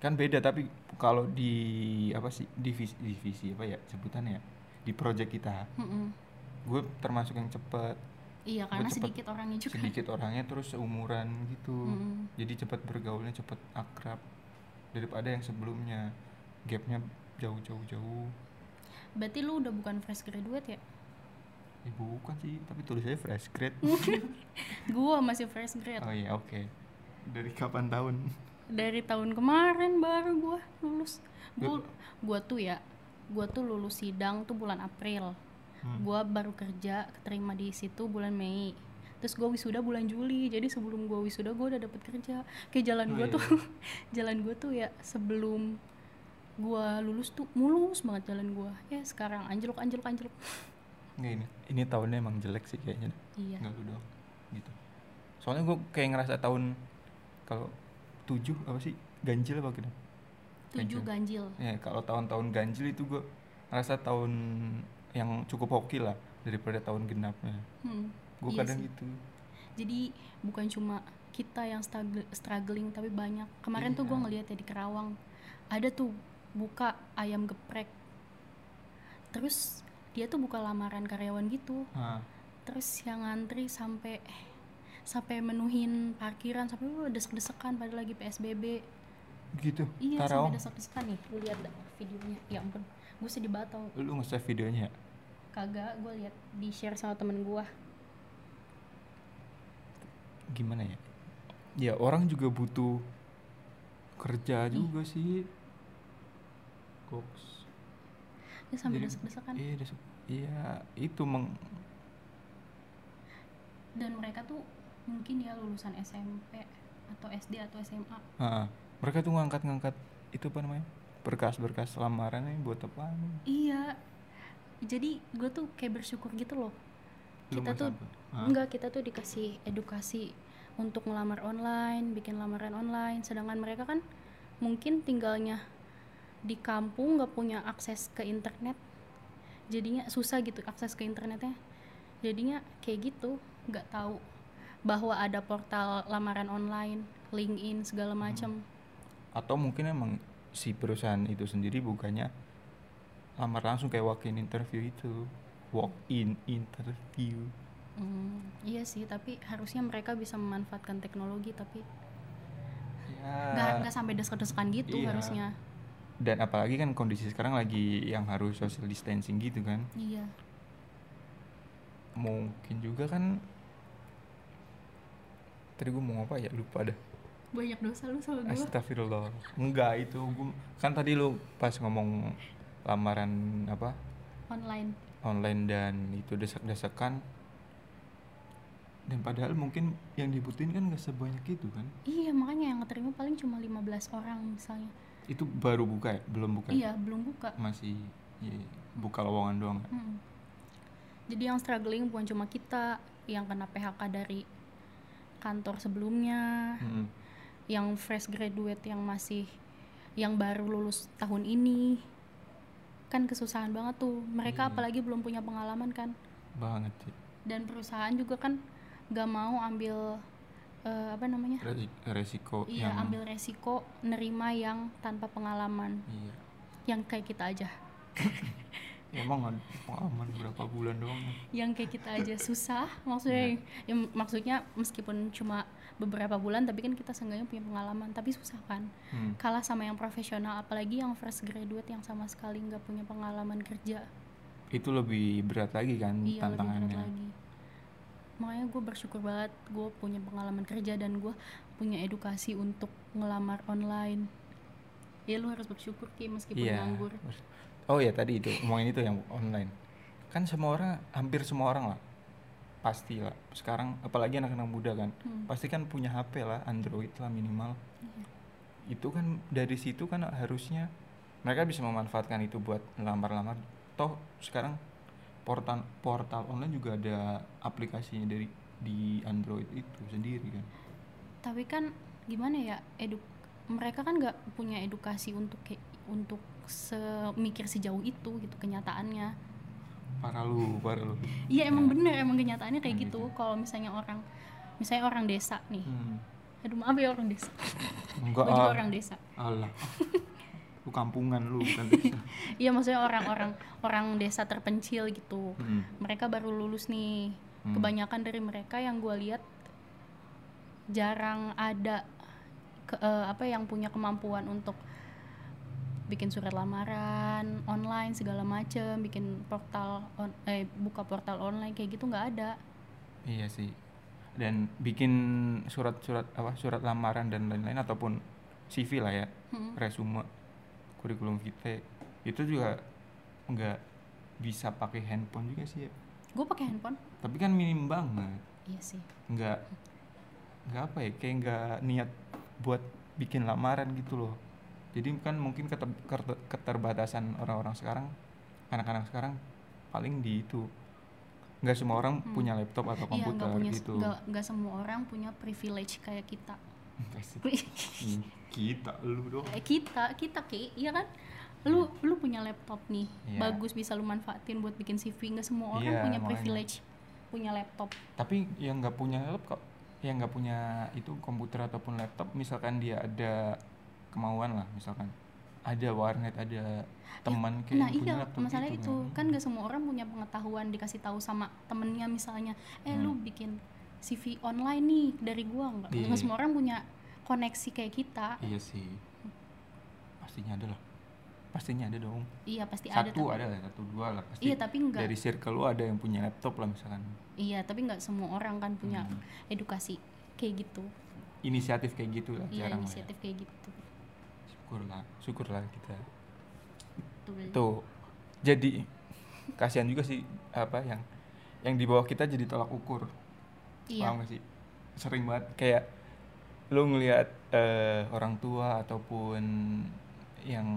[SPEAKER 1] kan beda tapi kalau di apa sih divisi divisi apa ya sebutannya ya di project kita
[SPEAKER 2] Mm-mm.
[SPEAKER 1] gue termasuk yang cepet
[SPEAKER 2] Iya,
[SPEAKER 1] Gua
[SPEAKER 2] karena
[SPEAKER 1] cepet-
[SPEAKER 2] sedikit orangnya juga. Hmm.
[SPEAKER 1] sedikit orangnya terus seumuran gitu
[SPEAKER 2] Mm-mm.
[SPEAKER 1] jadi cepat bergaulnya cepat akrab daripada yang sebelumnya gapnya jauh jauh jauh
[SPEAKER 2] Berarti lu udah bukan fresh graduate ya?
[SPEAKER 1] eh, bukan sih tapi tulisannya fresh grade
[SPEAKER 2] Gua masih fresh grad.
[SPEAKER 1] oh iya oke dari kapan tahun
[SPEAKER 2] Dari tahun kemarin baru gua lulus. Gua
[SPEAKER 1] Lu-
[SPEAKER 2] gua tuh ya, gua tuh lulus sidang tuh bulan April.
[SPEAKER 1] Hmm.
[SPEAKER 2] Gua baru kerja keterima di situ bulan Mei. Terus gua wisuda bulan Juli. Jadi sebelum gua wisuda gua udah dapet kerja. Kayak jalan
[SPEAKER 1] Oh
[SPEAKER 2] gua
[SPEAKER 1] iya.
[SPEAKER 2] tuh jalan gua tuh ya sebelum gua lulus tuh mulus banget jalan gua. Ya sekarang anjlok anjlok anjlok.
[SPEAKER 1] Nggak, ini ini tahunnya emang jelek sih kayaknya
[SPEAKER 2] Iya.
[SPEAKER 1] nggak lu doang gitu soalnya gue kayak ngerasa tahun kalau tujuh apa sih ganjil apa gitu
[SPEAKER 2] Hmm. Tujuh ganjil.
[SPEAKER 1] ya kalau tahun-tahun ganjil itu gue ngerasa tahun yang cukup hoki lah daripada tahun genapnya
[SPEAKER 2] Hmm.
[SPEAKER 1] gue
[SPEAKER 2] Iya
[SPEAKER 1] kadang
[SPEAKER 2] sih.
[SPEAKER 1] gitu
[SPEAKER 2] Jadi bukan cuma kita yang struggle- struggling tapi banyak. Kemarin tuh gue
[SPEAKER 1] Iya.
[SPEAKER 2] ngeliat ya di Kerawang ada tuh buka ayam geprek. Terus dia tuh buka lamaran karyawan gitu.
[SPEAKER 1] ah
[SPEAKER 2] Terus yang ngantri sampai sampai menuhin parkiran sampai uh, desek-desekan pada lagi PSBB.
[SPEAKER 1] gitu
[SPEAKER 2] Iya,
[SPEAKER 1] Karawang
[SPEAKER 2] sampai desek-desekan nih. Lu lihat dah videonya. Ya ampun. Gue sedih banget tau.
[SPEAKER 1] lu nge-save videonya ya?
[SPEAKER 2] Kagak gue lihat di share sama temen gue.
[SPEAKER 1] gimana ya ya orang juga butuh kerja juga sih Goks.
[SPEAKER 2] Dia Ya, sampai
[SPEAKER 1] Jadi-
[SPEAKER 2] desek-desekan.
[SPEAKER 1] iya desek- iya itu meng
[SPEAKER 2] dan mereka tuh mungkin ya lulusan SMP atau SD atau SMA
[SPEAKER 1] Ah, mereka tuh ngangkat-ngangkat itu apa namanya berkas-berkas lamaran ini buat apa?
[SPEAKER 2] iya jadi gue tuh kayak bersyukur gitu loh
[SPEAKER 1] Lu
[SPEAKER 2] Kita
[SPEAKER 1] mau
[SPEAKER 2] tuh
[SPEAKER 1] sampai? Ah,
[SPEAKER 2] enggak kita tuh dikasih edukasi untuk ngelamar online bikin lamaran online sedangkan mereka kan mungkin tinggalnya di kampung nggak punya akses ke internet jadinya susah gitu akses ke internetnya jadinya kayak gitu nggak tahu bahwa ada portal lamaran online LinkedIn segala macam
[SPEAKER 1] Atau mungkin emang si perusahaan itu sendiri bukannya lamar langsung kayak walk in interview itu walk in interview
[SPEAKER 2] Hmm, iya sih, tapi harusnya mereka bisa memanfaatkan teknologi, tapi nggak
[SPEAKER 1] ya
[SPEAKER 2] nggak sampai desek-desekan gitu
[SPEAKER 1] iya.
[SPEAKER 2] harusnya.
[SPEAKER 1] dan apalagi kan kondisi sekarang lagi yang harus social distancing gitu kan
[SPEAKER 2] Iya.
[SPEAKER 1] mungkin juga kan tadi gue mau apa ya lupa dah
[SPEAKER 2] Banyak dosa lu sama gue.
[SPEAKER 1] Astagfirullah. Enggak itu gua- kan tadi lu pas ngomong lamaran apa
[SPEAKER 2] Online.
[SPEAKER 1] online dan itu desak-desakan dan padahal mungkin yang dibutuhin kan gak sebanyak itu kan
[SPEAKER 2] Iya, makanya yang keterima paling cuma 15 orang misalnya.
[SPEAKER 1] itu baru buka ya belum buka ya?
[SPEAKER 2] Iya, belum buka.
[SPEAKER 1] masih iya, iya. buka lowongan doang ya?
[SPEAKER 2] Mm. Jadi yang struggling bukan cuma kita, yang kena PHK dari kantor sebelumnya,
[SPEAKER 1] Mm-mm.
[SPEAKER 2] yang fresh graduate yang masih yang baru lulus tahun ini. Kan kesusahan banget tuh. Mereka
[SPEAKER 1] Iya.
[SPEAKER 2] apalagi belum punya pengalaman kan.
[SPEAKER 1] banget sih
[SPEAKER 2] dan perusahaan juga kan gak mau ambil eh, apa namanya
[SPEAKER 1] Resi- resiko
[SPEAKER 2] iya
[SPEAKER 1] yang
[SPEAKER 2] ambil resiko nerima yang tanpa pengalaman
[SPEAKER 1] iya
[SPEAKER 2] yang kayak kita aja
[SPEAKER 1] emang ada pengalaman berapa bulan doang ya?
[SPEAKER 2] yang kayak kita aja susah
[SPEAKER 1] Iya.
[SPEAKER 2] maksudnya ya, maksudnya meskipun cuma beberapa bulan tapi kan kita seenggaknya punya pengalaman tapi susah kan
[SPEAKER 1] Hmm.
[SPEAKER 2] kalah sama yang profesional apalagi yang fresh graduate yang sama sekali nggak punya pengalaman kerja
[SPEAKER 1] itu lebih berat lagi kan
[SPEAKER 2] iya lebih berat
[SPEAKER 1] tantangannya
[SPEAKER 2] lagi makanya gue bersyukur banget gue punya pengalaman kerja dan gue punya edukasi untuk ngelamar online ya lu harus bersyukur ki meskipun
[SPEAKER 1] Iya.
[SPEAKER 2] nganggur
[SPEAKER 1] Oh ya tadi itu ngomongin itu yang online. Kan semua orang hampir semua orang lah pasti lah. Sekarang apalagi anak-anak muda kan
[SPEAKER 2] Hmm. Iya.
[SPEAKER 1] pasti kan punya HP lah, Android lah minimal. Itu kan dari situ kan harusnya mereka bisa memanfaatkan itu buat lamar-lamar. Toh sekarang portal portal online juga ada aplikasinya dari di Android itu sendiri kan.
[SPEAKER 2] tapi kan gimana ya eduk mereka kan nggak punya edukasi untuk kayak untuk semikir sejauh itu gitu kenyataannya
[SPEAKER 1] parah lu parah lu
[SPEAKER 2] Iya emang bener emang kenyataannya kayak
[SPEAKER 1] Hmm,
[SPEAKER 2] gitu.
[SPEAKER 1] gitu.
[SPEAKER 2] Kalau misalnya orang misalnya orang desa nih.
[SPEAKER 1] hmm.
[SPEAKER 2] Aduh maaf ya orang desa.
[SPEAKER 1] enggak
[SPEAKER 2] Gue juga
[SPEAKER 1] ah.
[SPEAKER 2] orang desa.
[SPEAKER 1] alah lu kampungan lu kan? bukan desa
[SPEAKER 2] Iya maksudnya orang-orang orang desa terpencil gitu.
[SPEAKER 1] Hmm.
[SPEAKER 2] Mereka baru lulus nih.
[SPEAKER 1] Hmm.
[SPEAKER 2] Kebanyakan dari mereka yang gue lihat jarang ada ke- eh, apa yang punya kemampuan untuk bikin surat lamaran online segala macem, bikin portal on- eh buka portal online kayak gitu nggak ada.
[SPEAKER 1] iya sih dan bikin surat-surat apa surat lamaran dan lain-lain ataupun CV lah ya
[SPEAKER 2] Mm.
[SPEAKER 1] resume kurikulum vitae itu juga nggak bisa pakai handphone juga sih ya.
[SPEAKER 2] Gue pakai handphone.
[SPEAKER 1] tapi kan minim banget
[SPEAKER 2] Iya sih.
[SPEAKER 1] nggak nggak apa ya kayak nggak niat buat bikin lamaran gitu loh jadi kan mungkin kete- kerte- keterbatasan orang-orang sekarang anak-anak sekarang paling di itu nggak semua orang
[SPEAKER 2] Hmm.
[SPEAKER 1] punya laptop atau
[SPEAKER 2] Iya
[SPEAKER 1] komputer
[SPEAKER 2] nggak punya
[SPEAKER 1] gitu
[SPEAKER 2] nggak nggak semua orang punya privilege kayak kita.
[SPEAKER 1] Pasti kita lu doang
[SPEAKER 2] Eh, kita kita ki, iya kan? Lu lu punya laptop nih,
[SPEAKER 1] Iya.
[SPEAKER 2] bagus bisa lu manfaatin buat bikin CV. Nggak semua orang
[SPEAKER 1] Iya,
[SPEAKER 2] punya
[SPEAKER 1] makanya.
[SPEAKER 2] privilege punya laptop.
[SPEAKER 1] tapi yang nggak punya laptop yang nggak punya itu komputer ataupun laptop misalkan dia ada kemauan lah misalkan ada warnet ada teman kayak
[SPEAKER 2] nah
[SPEAKER 1] yang punya
[SPEAKER 2] iya,
[SPEAKER 1] laptop
[SPEAKER 2] masalah
[SPEAKER 1] gitu
[SPEAKER 2] itu kan nggak semua orang punya pengetahuan dikasih tahu sama temennya misalnya, eh lu
[SPEAKER 1] Hmm.
[SPEAKER 2] bikin CV online nih dari gua nggak?
[SPEAKER 1] Iya.
[SPEAKER 2] Nggak semua orang punya koneksi kayak kita.
[SPEAKER 1] Iya sih. Pastinya ada lah. Pastinya ada dong.
[SPEAKER 2] Iya pasti ada.
[SPEAKER 1] satu
[SPEAKER 2] tapi-
[SPEAKER 1] ada lah, satu dua lah pasti.
[SPEAKER 2] Iya tapi nggak.
[SPEAKER 1] Dari circle lu ada yang punya laptop lah misalkan.
[SPEAKER 2] Iya tapi nggak semua orang kan punya
[SPEAKER 1] Hmm.
[SPEAKER 2] edukasi kayak gitu.
[SPEAKER 1] Inisiatif kayak gitu lah
[SPEAKER 2] Iya
[SPEAKER 1] jarang lah ya.
[SPEAKER 2] inisiatif kayak gitu.
[SPEAKER 1] Syukurlah, syukurlah kita.
[SPEAKER 2] Hmm. Betul.
[SPEAKER 1] Tuh. Jadi kasihan juga sih apa yang yang di bawah kita jadi tolak ukur.
[SPEAKER 2] Iya.
[SPEAKER 1] Paham gak sih? Sering banget kayak lu ngelihat eh, orang tua ataupun yang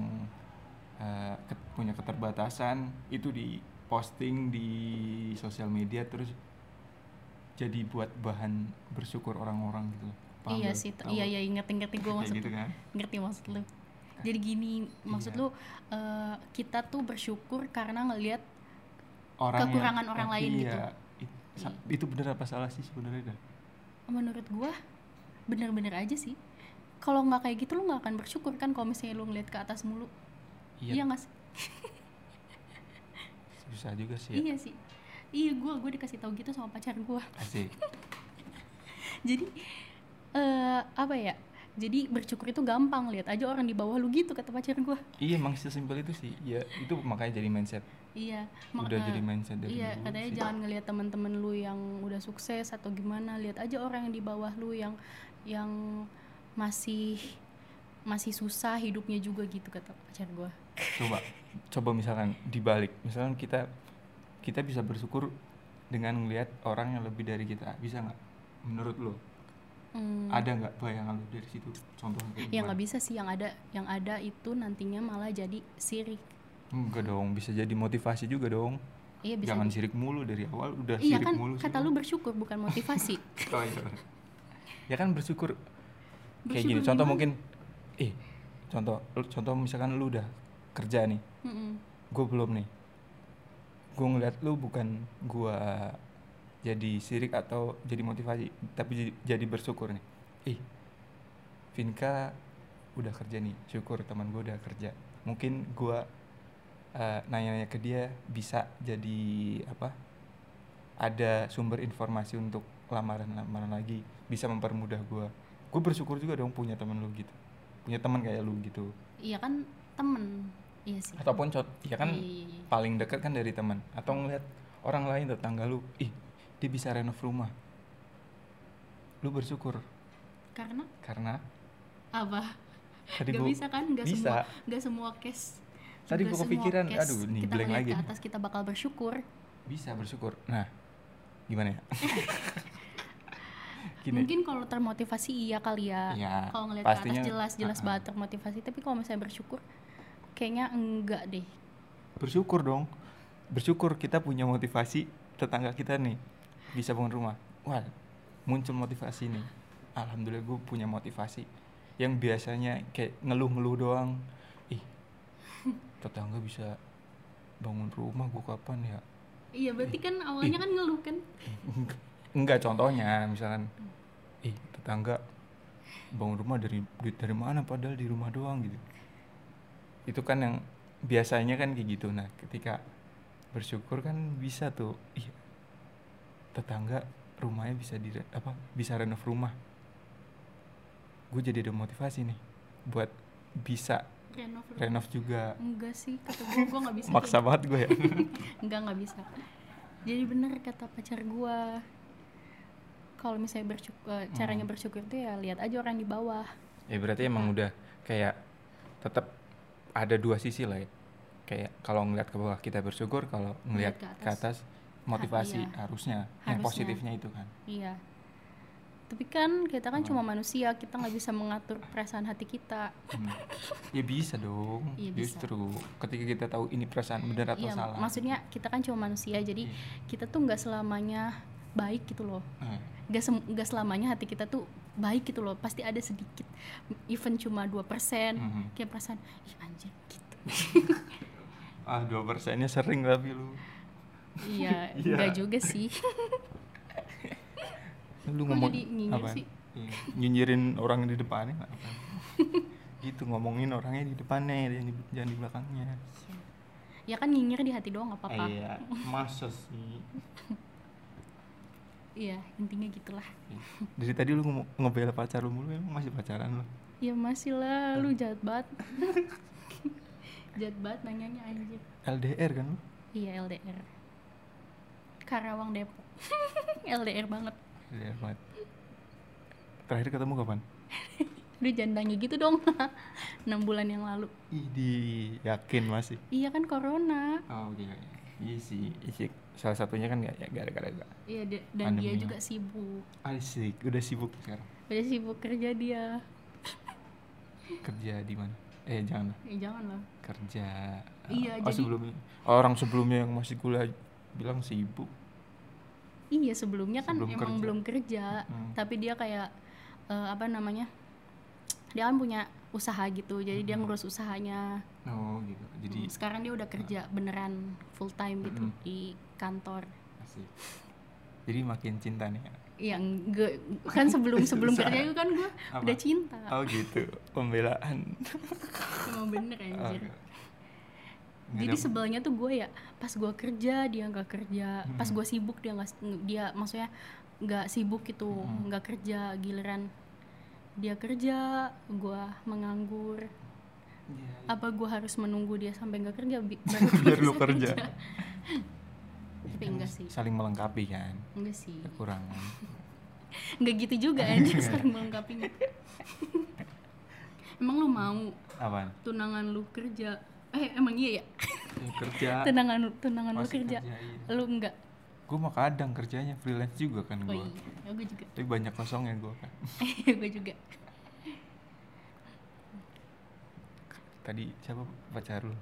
[SPEAKER 1] eh, ke- punya keterbatasan itu di posting di sosial media terus jadi buat bahan bersyukur orang-orang gitu. loh. Paham
[SPEAKER 2] iya
[SPEAKER 1] gak?
[SPEAKER 2] sih.
[SPEAKER 1] Tahu
[SPEAKER 2] Iya
[SPEAKER 1] gak?
[SPEAKER 2] iya ngerti ngerti gue
[SPEAKER 1] Kayak
[SPEAKER 2] maksud
[SPEAKER 1] gitu kan.
[SPEAKER 2] ngerti maksud lu. Jadi gini maksud
[SPEAKER 1] Iya.
[SPEAKER 2] lu eh, kita tuh bersyukur karena ngelihat
[SPEAKER 1] Orang yang-
[SPEAKER 2] Kekurangan orang
[SPEAKER 1] iya,
[SPEAKER 2] lain gitu.
[SPEAKER 1] it- sa- Itu bener apa salah sih sebenarnya dah?
[SPEAKER 2] menurut gua bener-bener aja sih. Kalau nggak kayak gitu lu nggak akan bersyukur kan kalau misalnya lu ngeliat ke atas mulu. Iya nggak sih?
[SPEAKER 1] Susah juga sih. ya.
[SPEAKER 2] Iya sih. Iya gua gue dikasih tahu gitu sama pacar gua.
[SPEAKER 1] Asik.
[SPEAKER 2] jadi eh apa ya jadi bersyukur itu gampang lihat aja orang di bawah lu gitu kata pacar gua
[SPEAKER 1] Iya emang sesimpel itu sih. Ya itu makanya jadi mindset.
[SPEAKER 2] iya mak-
[SPEAKER 1] Udah
[SPEAKER 2] eh,
[SPEAKER 1] jadi mindset dari
[SPEAKER 2] iya
[SPEAKER 1] dulu
[SPEAKER 2] katanya
[SPEAKER 1] sih.
[SPEAKER 2] jangan ngelihat teman-teman lu yang udah sukses atau gimana lihat aja orang yang di bawah lu yang yang masih masih susah hidupnya juga gitu kata pacar gua
[SPEAKER 1] Coba coba misalkan dibalik. Misalkan kita kita bisa bersyukur dengan melihat orang yang lebih dari kita. Bisa nggak? Menurut lo
[SPEAKER 2] Hmm,
[SPEAKER 1] ada nggak bayangan lo dari situ? Contohnya kayak
[SPEAKER 2] ya nggak
[SPEAKER 1] gimana?
[SPEAKER 2] bisa sih yang ada yang ada itu nantinya malah jadi sirik
[SPEAKER 1] Enggak dong, bisa jadi motivasi juga dong.
[SPEAKER 2] iya bisa
[SPEAKER 1] jangan
[SPEAKER 2] di-
[SPEAKER 1] sirik mulu dari awal udah
[SPEAKER 2] iya
[SPEAKER 1] sirik
[SPEAKER 2] kan
[SPEAKER 1] mulu. sih
[SPEAKER 2] kata lu bersyukur bukan motivasi
[SPEAKER 1] Oh, iya. ya kan bersyukur kayak
[SPEAKER 2] Bersyukur
[SPEAKER 1] gini. Contoh
[SPEAKER 2] gimana?
[SPEAKER 1] mungkin eh contoh lu- contoh misalkan lu udah kerja nih
[SPEAKER 2] Mm-mm.
[SPEAKER 1] gue belum nih gue ngeliat lu bukan gue jadi sirik atau jadi motivasi tapi jadi, jadi bersyukur nih ih Vinka udah kerja nih syukur teman gue udah kerja mungkin gue nanya-nanya ke dia bisa jadi apa ada sumber informasi untuk lamaran-lamaran lagi bisa mempermudah gue gue bersyukur juga dong punya teman lu gitu punya teman kayak lu gitu
[SPEAKER 2] Iya kan temen Iya sih
[SPEAKER 1] ataupun cot ya kan
[SPEAKER 2] Iya, iya, iya.
[SPEAKER 1] paling dekat kan dari teman atau ngelihat orang lain tetangga lu ih dia bisa renov rumah lu bersyukur
[SPEAKER 2] Karena
[SPEAKER 1] karena
[SPEAKER 2] apa?
[SPEAKER 1] tadi
[SPEAKER 2] Gak
[SPEAKER 1] gua
[SPEAKER 2] bisa kan? Gak
[SPEAKER 1] bisa.
[SPEAKER 2] semua Gak semua case
[SPEAKER 1] Tadi
[SPEAKER 2] nggak
[SPEAKER 1] gua
[SPEAKER 2] semua
[SPEAKER 1] kepikiran,
[SPEAKER 2] case
[SPEAKER 1] aduh, nih,
[SPEAKER 2] Kita
[SPEAKER 1] blank
[SPEAKER 2] ngeliat
[SPEAKER 1] lagi
[SPEAKER 2] ke
[SPEAKER 1] nih.
[SPEAKER 2] atas kita bakal bersyukur
[SPEAKER 1] bisa bersyukur nah gimana ya gini
[SPEAKER 2] Mungkin kalau termotivasi iya kali ya
[SPEAKER 1] Iya,
[SPEAKER 2] Kalau ngeliat ke
[SPEAKER 1] pastinya,
[SPEAKER 2] atas jelas-jelas
[SPEAKER 1] uh-uh.
[SPEAKER 2] banget termotivasi Tapi kalau misalnya bersyukur Kayaknya enggak deh
[SPEAKER 1] bersyukur dong bersyukur kita punya motivasi tetangga kita nih bisa bangun rumah wah muncul motivasi nih alhamdulillah gue punya motivasi yang biasanya kayak ngeluh-ngeluh doang ih tetangga bisa bangun rumah gue kapan ya
[SPEAKER 2] Iya, berarti kan awalnya kan ngeluh kan?
[SPEAKER 1] Enggak contohnya misalkan ih tetangga bangun rumah dari duit dari mana padahal di rumah doang gitu. Itu kan yang biasanya kan kayak gitu. Nah, ketika bersyukur kan bisa tuh ih tetangga rumahnya bisa di apa bisa renov rumah. Gue jadi ada motivasi nih buat bisa
[SPEAKER 2] Renov. lu.
[SPEAKER 1] renov juga.
[SPEAKER 2] Enggak sih, kata gue gue nggak bisa.
[SPEAKER 1] Maksa banget gue ya.
[SPEAKER 2] Enggak, nggak bisa. Jadi bener kata pacar gue. Kalau misalnya bersyukur, eh, caranya
[SPEAKER 1] Hmm.
[SPEAKER 2] bersyukur tuh ya lihat aja orang di bawah.
[SPEAKER 1] Ya berarti
[SPEAKER 2] Iya.
[SPEAKER 1] emang udah kayak tetap ada dua sisi lah ya. Kayak kalau ngeliat ke bawah kita bersyukur, kalau ngeliat
[SPEAKER 2] Ngeliat
[SPEAKER 1] ke
[SPEAKER 2] ke
[SPEAKER 1] atas motivasi
[SPEAKER 2] iya.
[SPEAKER 1] harusnya. Yang
[SPEAKER 2] Harusnya.
[SPEAKER 1] positifnya itu kan.
[SPEAKER 2] Iya. Tapi kan kita kan cuma manusia, kita nggak bisa mengatur perasaan hati kita.
[SPEAKER 1] Hmm. Ya bisa dong.
[SPEAKER 2] Iya, bisa.
[SPEAKER 1] Justru ketika kita tahu ini perasaan benar atau
[SPEAKER 2] Iya,
[SPEAKER 1] salah.
[SPEAKER 2] maksudnya kita kan cuma manusia, jadi
[SPEAKER 1] Iya.
[SPEAKER 2] kita tuh nggak selamanya baik gitu loh.
[SPEAKER 1] Nah,
[SPEAKER 2] Nggak sem- nggak selamanya hati kita tuh baik gitu loh. Pasti ada sedikit, even cuma 2%
[SPEAKER 1] mhm.
[SPEAKER 2] kayak perasaan, ih anjir gitu.
[SPEAKER 1] Ah dua persennya sering tapi lu.
[SPEAKER 2] iya,
[SPEAKER 1] Iya.
[SPEAKER 2] nggak juga sih.
[SPEAKER 1] Lu
[SPEAKER 2] Kok
[SPEAKER 1] ngomong
[SPEAKER 2] jadi nyinyir
[SPEAKER 1] apa?
[SPEAKER 2] sih?
[SPEAKER 1] Iya, Nyinyirin orang di depannya nggak apa. gitu ngomongin orangnya di depannya jangan di, jangan di belakangnya.
[SPEAKER 2] ya kan nyinyir di hati doang nggak apa-apa.
[SPEAKER 1] Iya, masa sih?
[SPEAKER 2] Iya, intinya gitulah.
[SPEAKER 1] Dari tadi lu nge- ngebela pacar lu mulu emang masih pacaran lu.
[SPEAKER 2] Ya masih lah,
[SPEAKER 1] Iya.
[SPEAKER 2] lu jahat banget. jahat banget nanyanya anjir.
[SPEAKER 1] LDR kan lu?
[SPEAKER 2] Iya LDR. Karawang Depok. LDR banget.
[SPEAKER 1] LDR banget. Terakhir ketemu kapan?
[SPEAKER 2] Udah jangan nanya gitu dong. 6 bulan yang lalu.
[SPEAKER 1] Ih, di- yakin masih.
[SPEAKER 2] Iya kan corona.
[SPEAKER 1] Oh, oke. oke. Iya sih, iya sih. Salah satunya kan ya ya gara-gara gak.
[SPEAKER 2] Iya de- dan dia
[SPEAKER 1] Pandemi.
[SPEAKER 2] juga sibuk.
[SPEAKER 1] Asik, Ah, udah sibuk sekarang.
[SPEAKER 2] Udah sibuk kerja dia.
[SPEAKER 1] Kerja di mana? Eh, jangan lah.
[SPEAKER 2] Ya jangan lah.
[SPEAKER 1] Kerja.
[SPEAKER 2] Iya,
[SPEAKER 1] oh,
[SPEAKER 2] jadi-
[SPEAKER 1] sebelumnya. Orang sebelumnya yang masih kuliah bilang sibuk.
[SPEAKER 2] Iya sebelumnya kan
[SPEAKER 1] Sebelum
[SPEAKER 2] emang
[SPEAKER 1] kerja.
[SPEAKER 2] belum kerja,
[SPEAKER 1] Mm.
[SPEAKER 2] tapi dia kayak eh, apa namanya? Dia kan punya usaha gitu, jadi dia ngurus usahanya.
[SPEAKER 1] Oh, gitu. Hmm. Jadi
[SPEAKER 2] Sekarang dia udah kerja beneran full time gitu
[SPEAKER 1] Mm.
[SPEAKER 2] di kantor.
[SPEAKER 1] asik. Jadi makin cinta nih.
[SPEAKER 2] Iya, enggak kan sebelum sebelum
[SPEAKER 1] Usaha.
[SPEAKER 2] kerja itu kan gue
[SPEAKER 1] Apa?
[SPEAKER 2] udah cinta.
[SPEAKER 1] Oh, gitu. Pembelaan.
[SPEAKER 2] Emang bener anjir.
[SPEAKER 1] Oke. Nggak
[SPEAKER 2] Jadi
[SPEAKER 1] ada-
[SPEAKER 2] sebelnya tuh gue ya pas gue kerja dia nggak kerja, pas
[SPEAKER 1] Hmm.
[SPEAKER 2] gue sibuk dia nggak dia maksudnya nggak sibuk gitu,
[SPEAKER 1] Hmm.
[SPEAKER 2] nggak kerja giliran dia kerja, gue menganggur.
[SPEAKER 1] Iya,
[SPEAKER 2] Apa gue harus menunggu dia sampai nggak kerja bi- baru
[SPEAKER 1] biar lu
[SPEAKER 2] bisa
[SPEAKER 1] kerja.
[SPEAKER 2] Tapi
[SPEAKER 1] Kan
[SPEAKER 2] enggak sih.
[SPEAKER 1] Saling melengkapi kan,
[SPEAKER 2] Enggak sih,
[SPEAKER 1] kekurangan.
[SPEAKER 2] nggak gitu juga anjir sekarang melengkapinya. emang lu mau
[SPEAKER 1] Apaan?
[SPEAKER 2] tunangan lu kerja? Eh emang iya ya,
[SPEAKER 1] Ya, kerja.
[SPEAKER 2] tunangan lu tunangan lu
[SPEAKER 1] Masih
[SPEAKER 2] kerja,
[SPEAKER 1] iya.
[SPEAKER 2] lu enggak?
[SPEAKER 1] Gue mah kadang kerjanya freelance juga kan
[SPEAKER 2] Oh
[SPEAKER 1] gue.
[SPEAKER 2] iya, gue juga.
[SPEAKER 1] Tapi banyak kosongnya gue kan.
[SPEAKER 2] gue juga
[SPEAKER 1] Tadi siapa pacar lu?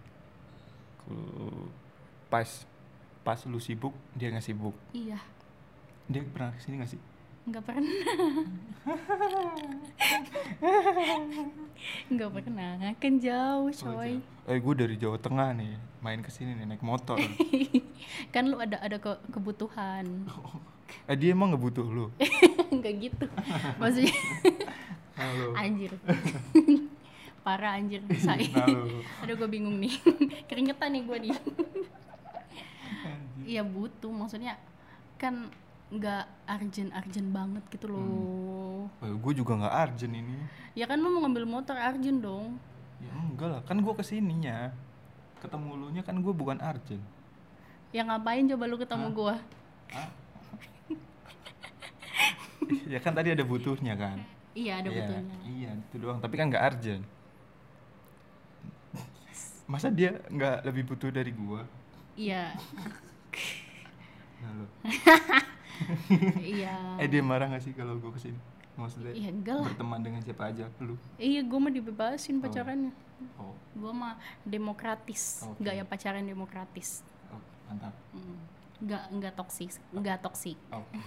[SPEAKER 1] Ku- Pas pas lu sibuk dia nggak sibuk.
[SPEAKER 2] iya
[SPEAKER 1] Dia pernah kesini nggak sih?
[SPEAKER 2] nggak pernah nggak pernah kan
[SPEAKER 1] Oh,
[SPEAKER 2] jauh coy
[SPEAKER 1] jauh. eh gue dari Jawa Tengah nih main kesini nih naik motor.
[SPEAKER 2] kan lu ada ada ke- kebutuhan
[SPEAKER 1] eh dia emang nggak butuh lu.
[SPEAKER 2] nggak gitu maksudnya
[SPEAKER 1] Halo.
[SPEAKER 2] anjir parah anjir saya
[SPEAKER 1] Halo.
[SPEAKER 2] aduh gue bingung nih keringetan nih gue nih iya butuh maksudnya kan nggak arjen arjen banget gitu
[SPEAKER 1] Hmm.
[SPEAKER 2] loh
[SPEAKER 1] gue Eh, juga nggak urgent ini.
[SPEAKER 2] ya kan lu mau ngambil motor arjen dong
[SPEAKER 1] Ya enggak lah, kan gue kesininya Ketemu lu nya kan gue bukan Arjen
[SPEAKER 2] ya ngapain coba lu ketemu gua
[SPEAKER 1] Ya kan tadi ada butuhnya kan
[SPEAKER 2] iya ada
[SPEAKER 1] Iya,
[SPEAKER 2] butuhnya
[SPEAKER 1] Iya, itu doang, tapi kan nggak Arjen Masa dia nggak lebih butuh dari gue?
[SPEAKER 2] iya
[SPEAKER 1] Halo.
[SPEAKER 2] iya
[SPEAKER 1] Eh dia marah nggak sih kalau gue kesini? Maksudnya
[SPEAKER 2] iya enggak lah
[SPEAKER 1] berteman dengan siapa aja lu
[SPEAKER 2] iya gua mah dibebasin pacarannya
[SPEAKER 1] Oh,
[SPEAKER 2] gua mah demokratis
[SPEAKER 1] Oke.
[SPEAKER 2] gaya pacaran demokratis
[SPEAKER 1] oh, mantap
[SPEAKER 2] Mm. nggak nggak toksis nggak toksik
[SPEAKER 1] Oke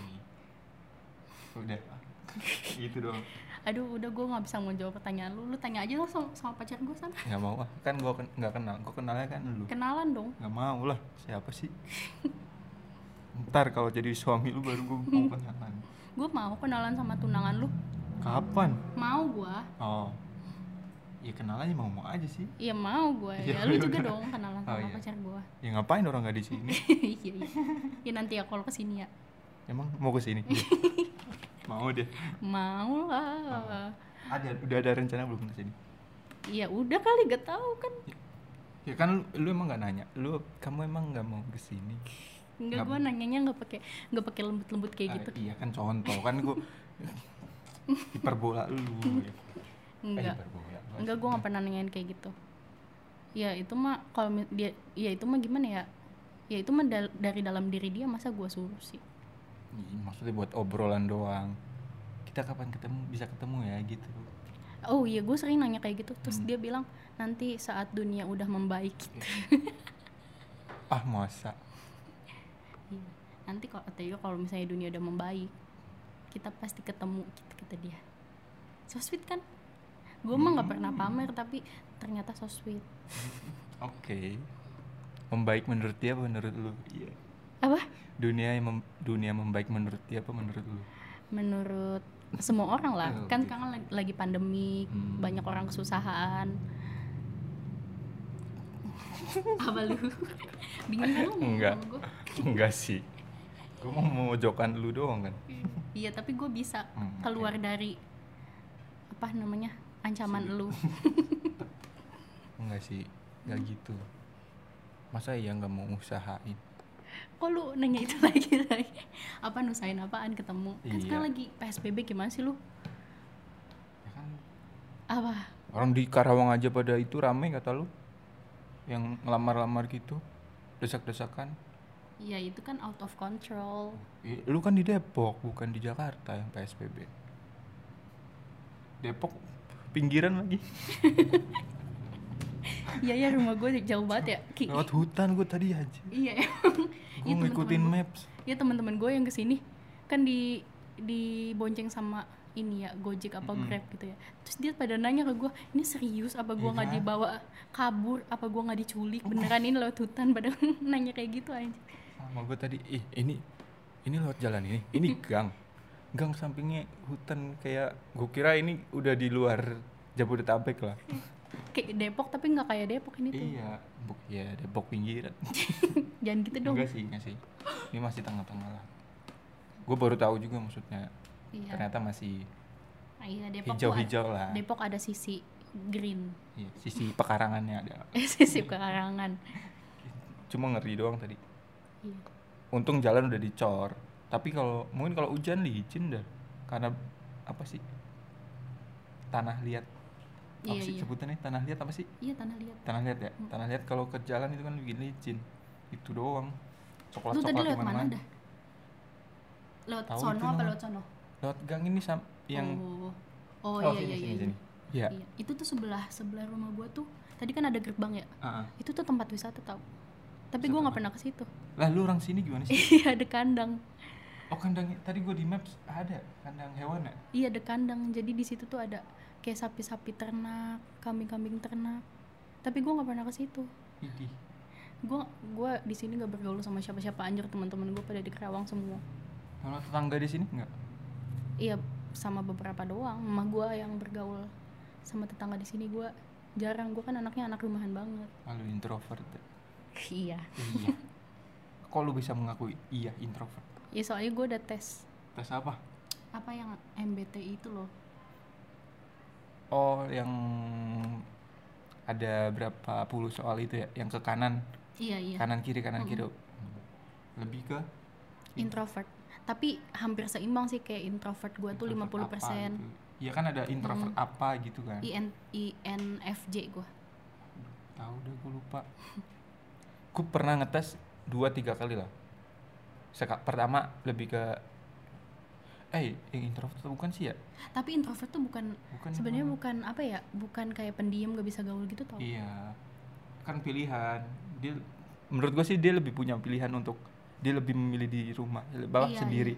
[SPEAKER 1] Udah Gitu doang
[SPEAKER 2] aduh udah gua nggak bisa ngejawab pertanyaan lu lu tanya aja lah sama, sama pacar gua sana
[SPEAKER 1] nggak mau ah, kan gue nggak kenal Gue kenalnya kan lu
[SPEAKER 2] kenalan dong
[SPEAKER 1] nggak mau lah, siapa sih ntar kalau jadi suami lu baru gue mau kenalan
[SPEAKER 2] gue mau kenalan sama tunangan lu
[SPEAKER 1] kapan
[SPEAKER 2] mau gue
[SPEAKER 1] oh ya kenalannya mau mau aja sih
[SPEAKER 2] iya mau gue ya,
[SPEAKER 1] Iya,
[SPEAKER 2] lu
[SPEAKER 1] iya
[SPEAKER 2] juga
[SPEAKER 1] bener.
[SPEAKER 2] dong kenalan
[SPEAKER 1] Oh,
[SPEAKER 2] sama
[SPEAKER 1] iya.
[SPEAKER 2] pacar gue
[SPEAKER 1] ya ngapain orang nggak di sini
[SPEAKER 2] iya iya ya nanti ya kalau kesini ya
[SPEAKER 1] emang mau ke sini mau deh
[SPEAKER 2] mau
[SPEAKER 1] Oh.
[SPEAKER 2] lah
[SPEAKER 1] ada udah ada rencana belum ke sini
[SPEAKER 2] iya udah kali gak tahu kan
[SPEAKER 1] ya kan lu, lu emang nggak nanya lu kamu emang nggak mau ke sini
[SPEAKER 2] nggak
[SPEAKER 1] Nggak-
[SPEAKER 2] gue nanyanya nggak pakai nggak pakai lembut-lembut kayak
[SPEAKER 1] Ah,
[SPEAKER 2] gitu
[SPEAKER 1] iya kan contoh kan gue hiperbola lu ya.
[SPEAKER 2] nggak
[SPEAKER 1] Eh, hiperbola.
[SPEAKER 2] Enggak, gue gak pernah nanyain kayak gitu. Ya itu mah kalau mi- dia, ya itu mah gimana ya? Ya itu mah dal- dari dalam diri dia masa gue suruh sih.
[SPEAKER 1] Ih, maksudnya buat obrolan doang kita kapan ketemu bisa ketemu ya gitu
[SPEAKER 2] Oh iya gue sering nanya kayak gitu, terus
[SPEAKER 1] Hmm.
[SPEAKER 2] dia bilang nanti saat dunia udah membaik, gitu.
[SPEAKER 1] ah masa
[SPEAKER 2] Iya. nanti kalau kata dia, kalau misalnya dunia udah membaik, kita pasti ketemu gitu kata dia. So sweet kan? Gue mah nggak
[SPEAKER 1] Hmm.
[SPEAKER 2] pernah pamer tapi ternyata so sweet.
[SPEAKER 1] oke membaik menurut dia apa menurut lu iya
[SPEAKER 2] Apa?
[SPEAKER 1] dunia yang mem- dunia membaik menurut dia apa menurut lu
[SPEAKER 2] menurut semua orang lah
[SPEAKER 1] Oh, gitu.
[SPEAKER 2] kan sekarang lagi- lagi pandemi
[SPEAKER 1] Hmm.
[SPEAKER 2] banyak orang kesusahan apa lu bingung kan lu ngomong
[SPEAKER 1] Enggak.
[SPEAKER 2] sama gua?
[SPEAKER 1] enggak sih gue mau memojokan lu doang kan
[SPEAKER 2] iya tapi gue bisa
[SPEAKER 1] Hmm,
[SPEAKER 2] keluar dari apa namanya ancaman lu
[SPEAKER 1] enggak sih enggak gitu masa iya nggak mau usahain
[SPEAKER 2] kok lu nanya itu lagi lagi apa nusain apaan ketemu kan
[SPEAKER 1] Iya.
[SPEAKER 2] sekarang lagi psbb gimana sih lu
[SPEAKER 1] ya kan
[SPEAKER 2] apa
[SPEAKER 1] orang di Karawang aja pada itu rame kata lu yang ngelamar-lamar gitu desak-desakan
[SPEAKER 2] ya itu kan out of control
[SPEAKER 1] I- lu kan di Depok bukan di Jakarta yang PSBB Depok pinggiran lagi
[SPEAKER 2] iya ya rumah gue jauh banget ya Ki.
[SPEAKER 1] lewat hutan gue tadi aja
[SPEAKER 2] iya
[SPEAKER 1] gue
[SPEAKER 2] Iya,
[SPEAKER 1] ngikutin
[SPEAKER 2] teman-teman
[SPEAKER 1] maps
[SPEAKER 2] ya teman-teman gue yang kesini kan di dibonceng sama ini ya gojek apa
[SPEAKER 1] Mm-mm.
[SPEAKER 2] grab gitu ya terus dia pada nanya ke gue ini serius apa gue
[SPEAKER 1] Iya
[SPEAKER 2] nggak
[SPEAKER 1] kan?
[SPEAKER 2] dibawa kabur apa gue nggak diculik beneran ini lewat hutan pada nanya kayak gitu aja
[SPEAKER 1] sama gue tadi ih ini ini lewat jalan ini ini gang gang sampingnya hutan kayak gue kira ini udah di luar Jabodetabek lah
[SPEAKER 2] Iya, kayak Depok tapi nggak kayak Depok ini tuh
[SPEAKER 1] iya Buk, ya Depok pinggiran
[SPEAKER 2] jangan gitu dong
[SPEAKER 1] enggak sih enggak sih ini masih tengah-tengah lah gue baru tahu juga maksudnya
[SPEAKER 2] iya
[SPEAKER 1] ternyata masih
[SPEAKER 2] Nah, iya Depok tuh ada-
[SPEAKER 1] hijau-hijau lah
[SPEAKER 2] Depok ada sisi green eh,
[SPEAKER 1] Iya, sisi pekarangannya ada
[SPEAKER 2] sisi
[SPEAKER 1] Iya.
[SPEAKER 2] pekarangan
[SPEAKER 1] cuma ngeri doang tadi
[SPEAKER 2] iya.
[SPEAKER 1] untung jalan udah dicor tapi kalau mungkin kalau hujan licin dah karena apa sih tanah liat apa
[SPEAKER 2] Iya,
[SPEAKER 1] sih
[SPEAKER 2] iya.
[SPEAKER 1] sebutannya tanah liat apa sih
[SPEAKER 2] iya tanah liat
[SPEAKER 1] tanah liat ya tanah liat kalau ke jalan itu kan bikin licin itu doang coklat
[SPEAKER 2] lu tadi
[SPEAKER 1] coklat
[SPEAKER 2] lewat mana dah lewat
[SPEAKER 1] Tahu
[SPEAKER 2] sono
[SPEAKER 1] itu
[SPEAKER 2] apa
[SPEAKER 1] nama.
[SPEAKER 2] lewat sono
[SPEAKER 1] lewat gang ini sam yang
[SPEAKER 2] oh, oh, iya, iya, iya,
[SPEAKER 1] sini. Iya.
[SPEAKER 2] Iya, itu tuh sebelah sebelah rumah gua tuh. Tadi kan ada gerbang ya.
[SPEAKER 1] Ah, ah.
[SPEAKER 2] Itu tuh tempat wisata tau. Tapi gua nggak pernah ke situ.
[SPEAKER 1] lah lu orang sini gimana sih
[SPEAKER 2] Iya, ada kandang.
[SPEAKER 1] oh kandang tadi gua di maps ada kandang hewan ya
[SPEAKER 2] Iya, ada kandang. Jadi di situ tuh ada kayak sapi-sapi ternak, kambing-kambing ternak. Tapi gua nggak pernah ke situ.
[SPEAKER 1] Idih.
[SPEAKER 2] Gua gua di sini nggak bergaul sama siapa-siapa anjir teman-teman gua pada di Kerawang semua.
[SPEAKER 1] Kalau tetangga di sini enggak?
[SPEAKER 2] Iya, sama beberapa doang. Mama gua yang bergaul sama tetangga di sini gua jarang. Gua kan anaknya anak rumahan banget.
[SPEAKER 1] Lalu introvert. ya?
[SPEAKER 2] Iya.
[SPEAKER 1] Iya. Kok lu bisa mengakui iya introvert?
[SPEAKER 2] Ya soalnya gua udah tes
[SPEAKER 1] Tes apa?
[SPEAKER 2] apa yang MBTI itu loh.
[SPEAKER 1] Oh, yang ada berapa puluh soal itu ya? Yang ke kanan,
[SPEAKER 2] Iya, iya.
[SPEAKER 1] kanan kiri, kanan kiri. Oh, Lebih ke
[SPEAKER 2] introvert tapi hampir seimbang sih kayak introvert gue tuh
[SPEAKER 1] introvert
[SPEAKER 2] 50
[SPEAKER 1] apa gitu. Iya kan ada introvert apa gitu kan?
[SPEAKER 2] IN, INFJ gue
[SPEAKER 1] Tahu deh gue lupa. gue pernah ngetes dua tiga kali lah. Seka, pertama lebih ke eh yang introvert atau bukan sih ya?
[SPEAKER 2] tapi introvert tuh bukan
[SPEAKER 1] Bukan yang
[SPEAKER 2] sebenarnya
[SPEAKER 1] mana?
[SPEAKER 2] bukan apa ya bukan kayak pendiam gak bisa gaul gitu tau
[SPEAKER 1] Iya, kan pilihan. Dia, menurut gue sih dia lebih punya pilihan untuk dia lebih memilih di rumah, bawa
[SPEAKER 2] Iya,
[SPEAKER 1] sendiri.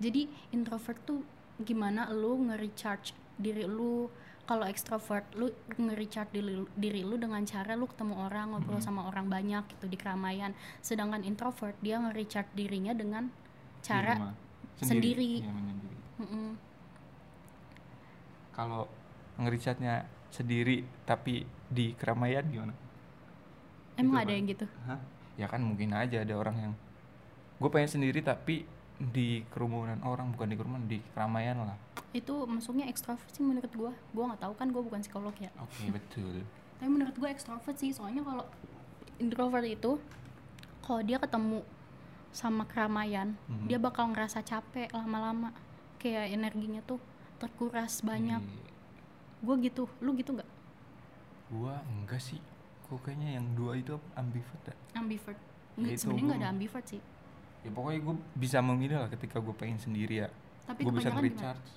[SPEAKER 2] jadi introvert tuh gimana lu nge-recharge diri lu kalau ekstrovert lu nge-recharge diri, lu- diri lu dengan cara lu ketemu orang ngobrol
[SPEAKER 1] Mhm.
[SPEAKER 2] sama orang banyak gitu di keramaian sedangkan introvert dia nge-recharge dirinya dengan
[SPEAKER 1] Di
[SPEAKER 2] cara
[SPEAKER 1] rumah.
[SPEAKER 2] sendiri.
[SPEAKER 1] Iya, menyendiri.
[SPEAKER 2] Mm-mm.
[SPEAKER 1] Kalau ngericatnya sendiri tapi di keramaian gimana? Itu
[SPEAKER 2] emang ada
[SPEAKER 1] apa?
[SPEAKER 2] yang gitu
[SPEAKER 1] Hah? Ya kan mungkin aja ada orang yang gue pengen sendiri tapi di kerumunan orang bukan di kerumunan di keramaian lah.
[SPEAKER 2] itu masuknya ekstrovert sih menurut gua gua nggak tahu kan gua bukan psikolog ya
[SPEAKER 1] Oke betul.
[SPEAKER 2] tapi menurut gue ekstrovert sih soalnya kalau introvert itu kalau dia ketemu sama keramaian
[SPEAKER 1] Mhm.
[SPEAKER 2] dia bakal ngerasa capek lama-lama kayak energinya tuh terkuras banyak
[SPEAKER 1] Iya. Mhm.
[SPEAKER 2] gue gitu lu gitu nggak
[SPEAKER 1] Gue enggak sih. Gue kayaknya yang dua itu apa? ambivert ya.
[SPEAKER 2] ambivert nggak
[SPEAKER 1] Gitu,
[SPEAKER 2] sebenarnya nggak
[SPEAKER 1] gua-
[SPEAKER 2] ada ambivert sih
[SPEAKER 1] Ya pokoknya gue bisa memilih lah ketika gue pengen sendiri ya.
[SPEAKER 2] tapi
[SPEAKER 1] Gue bisa
[SPEAKER 2] kebanyakan gimana
[SPEAKER 1] recharge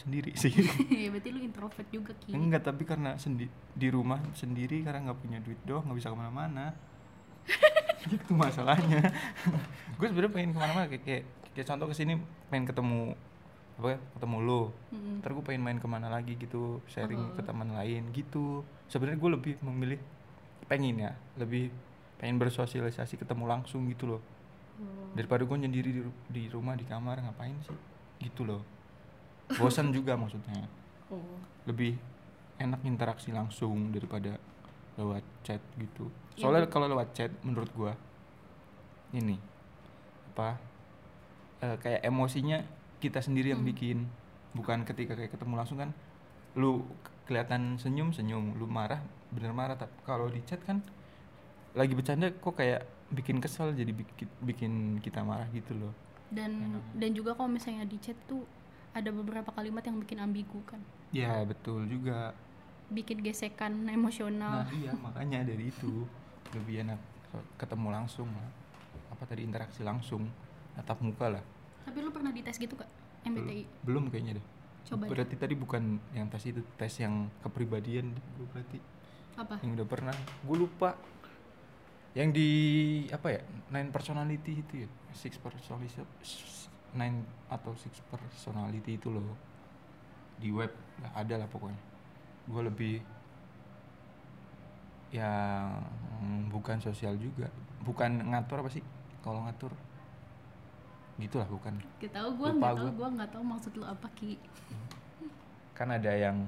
[SPEAKER 1] sendiri sih.
[SPEAKER 2] ya berarti lu introvert juga ki
[SPEAKER 1] Enggak tapi karena sendi di rumah sendiri karena nggak punya duit doh nggak bisa kemana-mana. itu masalahnya. gue sebenarnya pengen kemana-mana kayak, kayak kayak contoh kesini pengen ketemu apa ya, ketemu lo.
[SPEAKER 2] Mm-mm.
[SPEAKER 1] Ntar gue pengen main kemana lagi gitu sharing ke
[SPEAKER 2] Oh.
[SPEAKER 1] teman lain gitu. Sebenarnya gue lebih memilih pengen ya lebih pengen bersosialisasi ketemu langsung gitu loh
[SPEAKER 2] Oh.
[SPEAKER 1] daripada gue sendiri di, ru- di rumah di kamar ngapain sih gitu loh bosan juga maksudnya
[SPEAKER 2] Oh.
[SPEAKER 1] lebih enak interaksi langsung daripada lewat chat gitu.
[SPEAKER 2] Iya,
[SPEAKER 1] Soalnya
[SPEAKER 2] betul.
[SPEAKER 1] kalau lewat chat menurut gua ini apa eh, kayak emosinya kita sendiri yang
[SPEAKER 2] Hmm.
[SPEAKER 1] bikin bukan ketika kayak ketemu langsung kan lu ke- kelihatan senyum senyum lu marah bener marah tapi kalau di chat kan lagi bercanda kok kayak bikin kesel jadi bikin bikin kita marah gitu loh
[SPEAKER 2] dan
[SPEAKER 1] Enak.
[SPEAKER 2] dan juga kalau misalnya di chat tuh ada beberapa kalimat yang bikin ambigu kan
[SPEAKER 1] ya betul juga
[SPEAKER 2] bikin gesekan emosional
[SPEAKER 1] Nah iya makanya dari itu lebih enak ketemu langsung lah. Apa tadi interaksi langsung tatap muka lah.
[SPEAKER 2] tapi lu pernah dites gitu kak
[SPEAKER 1] Belum-
[SPEAKER 2] MBTI
[SPEAKER 1] Belum kayaknya deh.
[SPEAKER 2] coba deh.
[SPEAKER 1] berarti tadi bukan yang tes itu tes yang kepribadian deh gua berarti
[SPEAKER 2] apa
[SPEAKER 1] yang udah pernah. Gue lupa yang di apa ya nine personality itu ya six personality nine atau six personality itu loh di web lah, ada lah pokoknya gue lebih yang bukan sosial juga bukan ngatur apa sih kalau ngatur gitulah bukan
[SPEAKER 2] gak tau gue
[SPEAKER 1] Lupa
[SPEAKER 2] gak tau
[SPEAKER 1] gua.
[SPEAKER 2] gue gak tau maksud lu apa ki
[SPEAKER 1] kan ada yang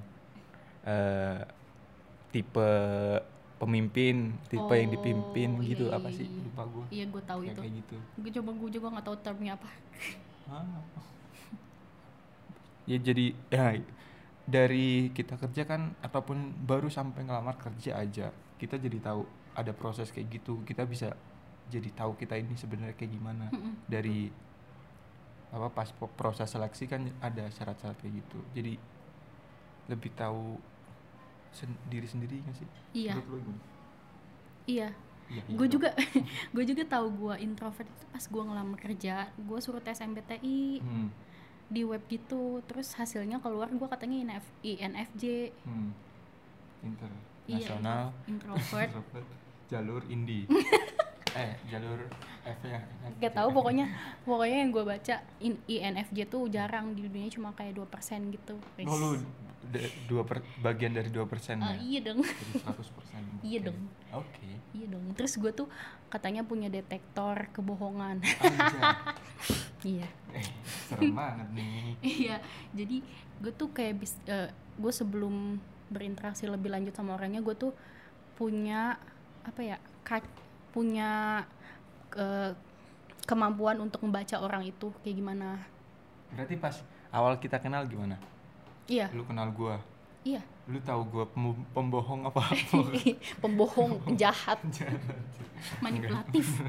[SPEAKER 1] eh, tipe pemimpin tipe yang dipimpin
[SPEAKER 2] Oh, iya,
[SPEAKER 1] gitu
[SPEAKER 2] iya,
[SPEAKER 1] apa
[SPEAKER 2] iya,
[SPEAKER 1] sih
[SPEAKER 2] iya.
[SPEAKER 1] lupa gue
[SPEAKER 2] iya gue tahu itu
[SPEAKER 1] kayak gitu
[SPEAKER 2] gue coba gue juga gak tahu termnya apa
[SPEAKER 1] Ah. ya jadi ya, dari kita kerja kan ataupun baru sampai ngelamar kerja aja kita jadi tahu ada proses kayak gitu kita bisa jadi tahu kita ini sebenarnya kayak gimana
[SPEAKER 2] Mm-mm.
[SPEAKER 1] dari apa pas po- proses seleksi kan ada syarat-syarat kayak gitu jadi lebih tahu sen- diri sendiri nggak sih
[SPEAKER 2] iya
[SPEAKER 1] Menurut lo gimana?
[SPEAKER 2] iya
[SPEAKER 1] Iya, iya,
[SPEAKER 2] gue
[SPEAKER 1] lo.
[SPEAKER 2] juga gue juga tahu gue introvert itu pas gue ngelamar kerja gue suruh tes MBTI
[SPEAKER 1] hmm,
[SPEAKER 2] di web gitu terus hasilnya keluar gue katanya INF, INFJ
[SPEAKER 1] hmm.
[SPEAKER 2] iya
[SPEAKER 1] internasional
[SPEAKER 2] introvert
[SPEAKER 1] Introvert, jalur indie eh jalur F ya
[SPEAKER 2] gak tahu pokoknya pokoknya yang gue baca in- INFJ tuh jarang di dunia cuma kayak 2% gitu
[SPEAKER 1] oh, lu d- dua per, bagian dari dua persen
[SPEAKER 2] Ah,
[SPEAKER 1] ya
[SPEAKER 2] iya dong
[SPEAKER 1] dari seratus persen
[SPEAKER 2] Iya dong.
[SPEAKER 1] oke
[SPEAKER 2] Iya dong. Terus gue tuh katanya punya detektor kebohongan.
[SPEAKER 1] Anjay.
[SPEAKER 2] iya.
[SPEAKER 1] eh, serem banget nih
[SPEAKER 2] Iya. Jadi gue tuh kayak bis, gue sebelum berinteraksi lebih lanjut sama orangnya gue tuh punya apa ya ka- punya eh, kemampuan untuk membaca orang itu kayak gimana.
[SPEAKER 1] berarti pas awal kita kenal gimana
[SPEAKER 2] Iya.
[SPEAKER 1] lu kenal gua
[SPEAKER 2] Iya.
[SPEAKER 1] lu tahu gua pem- pembohong apa apa
[SPEAKER 2] Pembohong, jahat, manipulatif.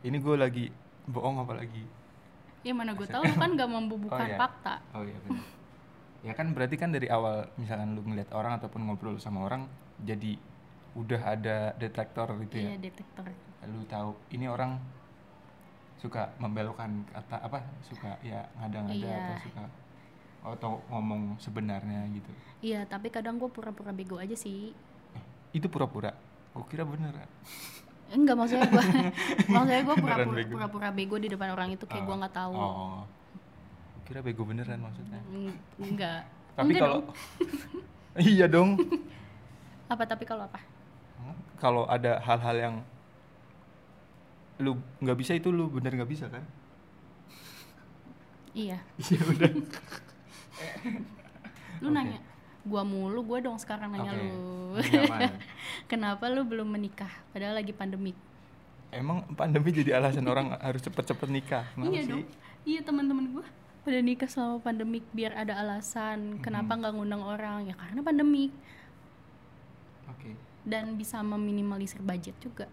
[SPEAKER 1] ini gua lagi bohong apa lagi
[SPEAKER 2] Ya mana gue tahu lu kan gak membubuhkan
[SPEAKER 1] iya.
[SPEAKER 2] fakta.
[SPEAKER 1] Oh iya benar. ya kan berarti kan dari awal misalkan lu ngeliat orang ataupun ngobrol sama orang jadi udah ada detektor gitu ya.
[SPEAKER 2] Iya, detektor.
[SPEAKER 1] Lu tahu ini orang suka membelokkan kata apa suka ya ngada-ngada
[SPEAKER 2] Iya.
[SPEAKER 1] atau suka atau ngomong sebenarnya gitu.
[SPEAKER 2] Iya, tapi kadang gue pura-pura bego aja sih.
[SPEAKER 1] Itu pura-pura. Gue kira bener.
[SPEAKER 2] enggak maksudnya gue maksudnya gue
[SPEAKER 1] Beneran
[SPEAKER 2] pura-pura
[SPEAKER 1] bego. Ah.
[SPEAKER 2] pura-pura bego di depan orang itu kayak gue nggak tahu
[SPEAKER 1] Oh. Oke oh. kira bego beneran maksudnya
[SPEAKER 2] Mm, enggak
[SPEAKER 1] tapi
[SPEAKER 2] Enggak
[SPEAKER 1] kalau iya dong
[SPEAKER 2] apa tapi kalau apa
[SPEAKER 1] kalau ada hal-hal yang lu nggak bisa itu lu bener nggak bisa kan
[SPEAKER 2] iya
[SPEAKER 1] iya udah
[SPEAKER 2] lu
[SPEAKER 1] Oke.
[SPEAKER 2] nanya gua mulu gua dong sekarang nanya
[SPEAKER 1] Oke.
[SPEAKER 2] lu
[SPEAKER 1] Ini apaan?
[SPEAKER 2] kenapa lu belum menikah padahal lagi pandemik
[SPEAKER 1] emang pandemi jadi alasan orang harus cepet-cepet nikah Kenapa
[SPEAKER 2] iya
[SPEAKER 1] sih?
[SPEAKER 2] dong iya teman-teman gua pada nikah selama pandemik biar ada alasan kenapa nggak ngundang orang ya karena pandemik
[SPEAKER 1] oke
[SPEAKER 2] dan bisa meminimalisir budget juga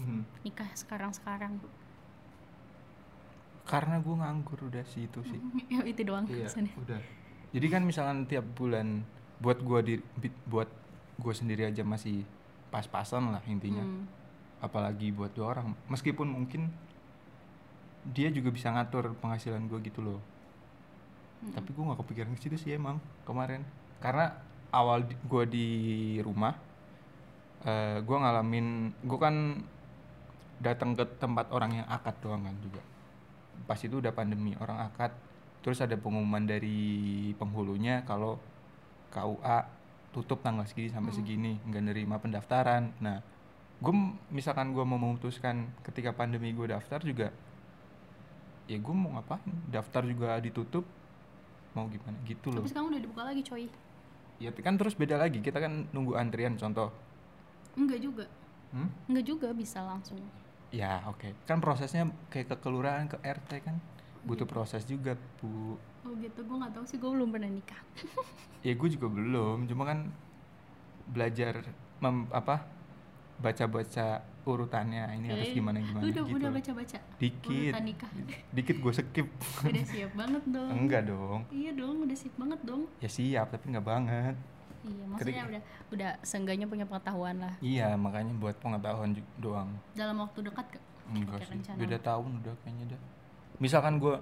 [SPEAKER 1] Hmm.
[SPEAKER 2] nikah sekarang-sekarang
[SPEAKER 1] karena gue nganggur udah sih itu sih
[SPEAKER 2] Ya, itu doang
[SPEAKER 1] Iya,
[SPEAKER 2] alasannya.
[SPEAKER 1] udah. Jadi kan misalkan tiap bulan buat gua di bi- buat gua sendiri aja masih pas-pasan lah intinya.
[SPEAKER 2] Hmm.
[SPEAKER 1] Apalagi buat dua orang. Meskipun mungkin dia juga bisa ngatur penghasilan gua gitu loh.
[SPEAKER 2] Hmm.
[SPEAKER 1] Tapi gua nggak kepikiran ke situ sih emang kemarin. Karena awal di, gua di rumah eh gua ngalamin gua kan datang ke tempat orang yang akad doang kan juga pas itu udah pandemi orang akad terus ada pengumuman dari penghulunya kalau KUA tutup tanggal segini sampai segini nggak nerima pendaftaran nah gue misalkan gue mau memutuskan ketika pandemi gue daftar juga ya gue mau ngapain daftar juga ditutup mau gimana gitu loh
[SPEAKER 2] tapi sekarang udah dibuka lagi coy
[SPEAKER 1] ya kan terus beda lagi kita kan nunggu antrian contoh
[SPEAKER 2] enggak juga
[SPEAKER 1] Hmm?
[SPEAKER 2] enggak juga bisa langsung
[SPEAKER 1] ya oke kan prosesnya kayak ke kelurahan ke RT kan butuh proses juga bu
[SPEAKER 2] oh gitu gue nggak tahu sih gue belum pernah nikah
[SPEAKER 1] ya gue juga belum cuma kan belajar mem, apa baca-baca urutannya ini harus
[SPEAKER 2] Eh,
[SPEAKER 1] gimana gimana
[SPEAKER 2] lu udah
[SPEAKER 1] gitu
[SPEAKER 2] udah
[SPEAKER 1] loh.
[SPEAKER 2] baca baca
[SPEAKER 1] dikit
[SPEAKER 2] urutan nikah
[SPEAKER 1] dikit gue skip
[SPEAKER 2] udah siap banget dong
[SPEAKER 1] enggak dong
[SPEAKER 2] iya dong udah siap banget dong
[SPEAKER 1] ya siap tapi nggak banget
[SPEAKER 2] iya maksudnya
[SPEAKER 1] Ketika-
[SPEAKER 2] udah udah seenggaknya punya pengetahuan lah
[SPEAKER 1] iya makanya buat pengetahuan ju- doang
[SPEAKER 2] dalam waktu dekat gak
[SPEAKER 1] enggak
[SPEAKER 2] Kayak
[SPEAKER 1] sih
[SPEAKER 2] rencana.
[SPEAKER 1] beda tahun udah kayaknya dah misalkan gue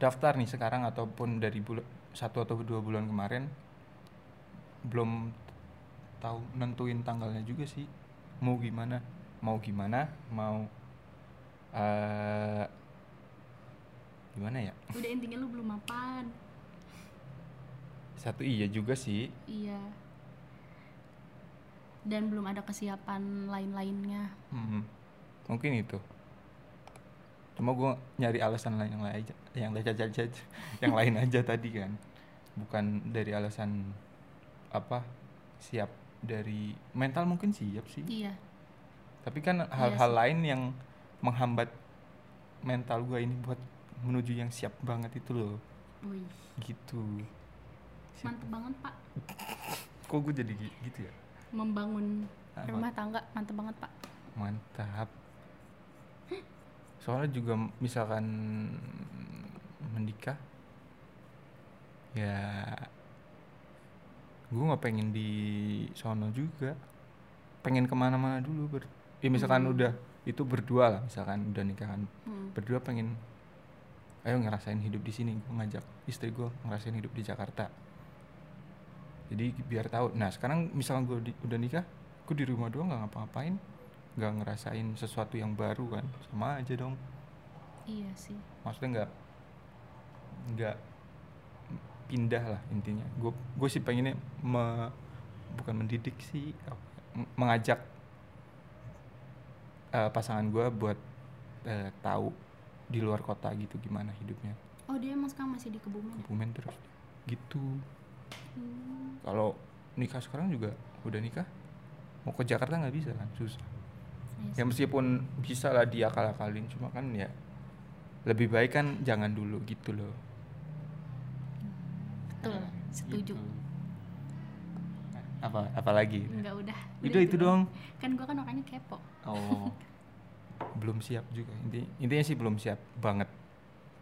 [SPEAKER 1] daftar nih sekarang ataupun dari bulan satu atau dua bulan kemarin belum tahu nentuin tanggalnya juga sih mau gimana mau gimana mau eh gimana ya
[SPEAKER 2] udah intinya lu belum mapan
[SPEAKER 1] satu iya juga sih
[SPEAKER 2] iya dan belum ada kesiapan lain-lainnya
[SPEAKER 1] Mm-mm. mungkin itu cuma gue nyari alasan lain yang lain aja yang lain aja, aja- aja- yang lain aja tadi kan bukan dari alasan apa siap dari mental mungkin siap sih
[SPEAKER 2] iya
[SPEAKER 1] tapi kan hal-hal lain yang menghambat mental gue ini buat menuju yang siap banget itu loh
[SPEAKER 2] wih
[SPEAKER 1] gitu Siap.
[SPEAKER 2] mantep banget pak
[SPEAKER 1] kok gue jadi gi- gitu ya
[SPEAKER 2] membangun
[SPEAKER 1] Ah,
[SPEAKER 2] rumah tangga mantep banget pak
[SPEAKER 1] Mantap. Soalnya juga m- misalkan menikah ya gue nggak pengen di sono juga pengen kemana-mana dulu ber ya misalkan
[SPEAKER 2] Hmm.
[SPEAKER 1] udah itu berdua lah misalkan udah kan. nikahan
[SPEAKER 2] Hmm.
[SPEAKER 1] berdua pengen ayo ngerasain hidup di sini gue ngajak istri gue ngerasain hidup di Jakarta jadi biar tahu nah sekarang misalnya gue udah nikah gue di rumah doang nggak ngapa-ngapain nggak ngerasain sesuatu yang baru kan sama aja dong
[SPEAKER 2] iya sih
[SPEAKER 1] maksudnya nggak nggak pindah lah intinya gue gue sih pengennya me- bukan mendidik sih apa- ya, mengajak eh, pasangan gue buat eh, tahu di luar kota gitu gimana hidupnya
[SPEAKER 2] oh dia emang sekarang masih di Kebumen ya?
[SPEAKER 1] kebumen terus gitu
[SPEAKER 2] Hmm.
[SPEAKER 1] kalau nikah sekarang juga udah nikah mau ke Jakarta nggak bisa kan susah ya
[SPEAKER 2] Iya
[SPEAKER 1] meskipun bisa lah diakal-akalin cuma kan ya lebih baik kan jangan dulu gitu loh
[SPEAKER 2] Betul,
[SPEAKER 1] Nah, gitu.
[SPEAKER 2] setuju.
[SPEAKER 1] Nah, apa apalagi
[SPEAKER 2] Enggak udah.
[SPEAKER 1] itu
[SPEAKER 2] udah
[SPEAKER 1] itu doang
[SPEAKER 2] Kan gua kan orangnya kepo.
[SPEAKER 1] oh belum siap juga inti intinya sih belum siap banget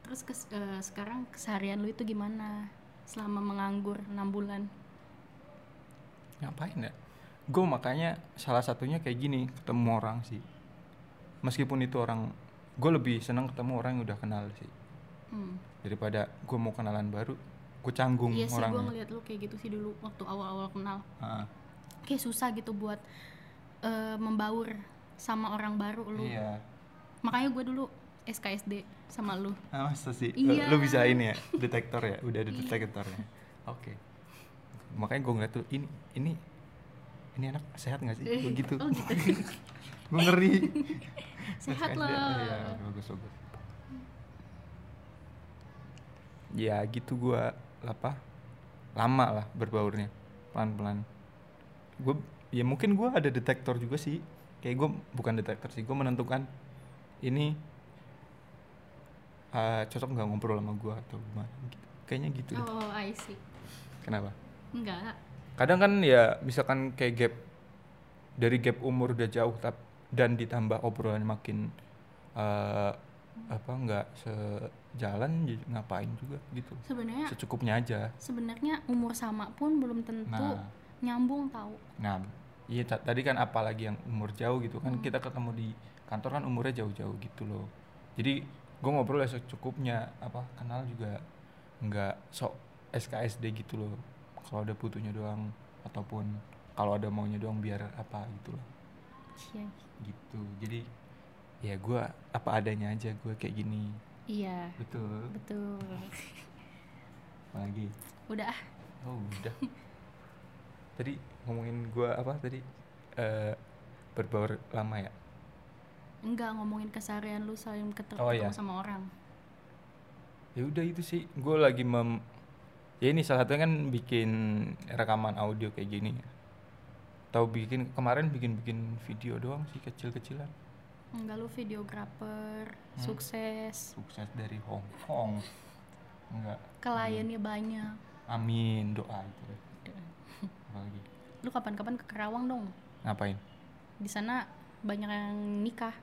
[SPEAKER 2] Terus kes- eh, sekarang keseharian lu itu gimana? Selama menganggur 6 bulan.
[SPEAKER 1] ngapain ya gue makanya salah satunya kayak gini ketemu orang sih meskipun itu orang gue lebih senang ketemu orang yang udah kenal sih
[SPEAKER 2] Hmm.
[SPEAKER 1] daripada gue mau kenalan baru gue canggung
[SPEAKER 2] Iya sih gua
[SPEAKER 1] orangnya
[SPEAKER 2] ngeliat lu kayak gitu sih dulu waktu awal-awal kenal.
[SPEAKER 1] Ah,
[SPEAKER 2] Kayak susah gitu buat eh, membaur sama orang baru lu.
[SPEAKER 1] iya
[SPEAKER 2] Makanya gua dulu SKSD sama lu
[SPEAKER 1] Ah, masa sih?
[SPEAKER 2] Iya.
[SPEAKER 1] Lu bisa ini ya, detektor ya? Udah ada detektornya. Oke. Makanya gue ngeliat tuh ini ini ini anak sehat gak sih? Gua gitu.
[SPEAKER 2] Oh, gitu.
[SPEAKER 1] gue ngeri.
[SPEAKER 2] Sehat
[SPEAKER 1] Sengaja.
[SPEAKER 2] lah.
[SPEAKER 1] Iya, bagus bagus. Ya gitu gua apa? Lama lah berbaurnya. Pelan-pelan. Gue ya mungkin gua ada detektor juga sih. Kayak gue bukan detektor sih, gue menentukan ini eh, cocok nggak ngobrol sama gua atau gimana gitu. Kayaknya gitu. deh.
[SPEAKER 2] oh I see
[SPEAKER 1] Kenapa?
[SPEAKER 2] enggak
[SPEAKER 1] Kadang kan ya misalkan kayak gap dari gap umur udah jauh tap- dan ditambah obrolan makin eh, apa nggak sejalan jadi ngapain juga gitu.
[SPEAKER 2] sebenarnya
[SPEAKER 1] Secukupnya aja.
[SPEAKER 2] sebenarnya umur sama pun belum tentu
[SPEAKER 1] Nah.
[SPEAKER 2] nyambung tahu
[SPEAKER 1] Nah, iya ta- tadi kan apalagi yang umur jauh gitu kan kita ketemu di kantor kan umurnya jauh-jauh gitu loh. Jadi gue ngobrol ya secukupnya apa kenal juga nggak sok SKSD gitu loh. Kalau ada butuhnya doang ataupun kalau ada maunya doang biar apa gitu loh.
[SPEAKER 2] Cie.
[SPEAKER 1] Gitu. Jadi ya gue apa adanya aja gue kayak gini.
[SPEAKER 2] iya
[SPEAKER 1] Betul.
[SPEAKER 2] betul
[SPEAKER 1] Apalagi
[SPEAKER 2] udah ah.
[SPEAKER 1] Oh udah. tadi ngomongin gua apa tadi eh berbaur lama ya?
[SPEAKER 2] enggak ngomongin keseharian lu saling keter- ketemu
[SPEAKER 1] Oh, iya.
[SPEAKER 2] sama orang
[SPEAKER 1] Ya udah itu sih. Gua lagi mem ya ini salah satunya kan bikin rekaman audio kayak gini. Tahu bikin kemarin bikin bikin video doang sih kecil-kecilan.
[SPEAKER 2] enggak lu videographer
[SPEAKER 1] Hmm.
[SPEAKER 2] sukses
[SPEAKER 1] Sukses dari Hong Kong. Enggak.
[SPEAKER 2] kliennya
[SPEAKER 1] Hmm.
[SPEAKER 2] banyak
[SPEAKER 1] Amin doa itu. Apalagi
[SPEAKER 2] lu kapan-kapan ke Karawang dong
[SPEAKER 1] ngapain?
[SPEAKER 2] di sana banyak yang nikah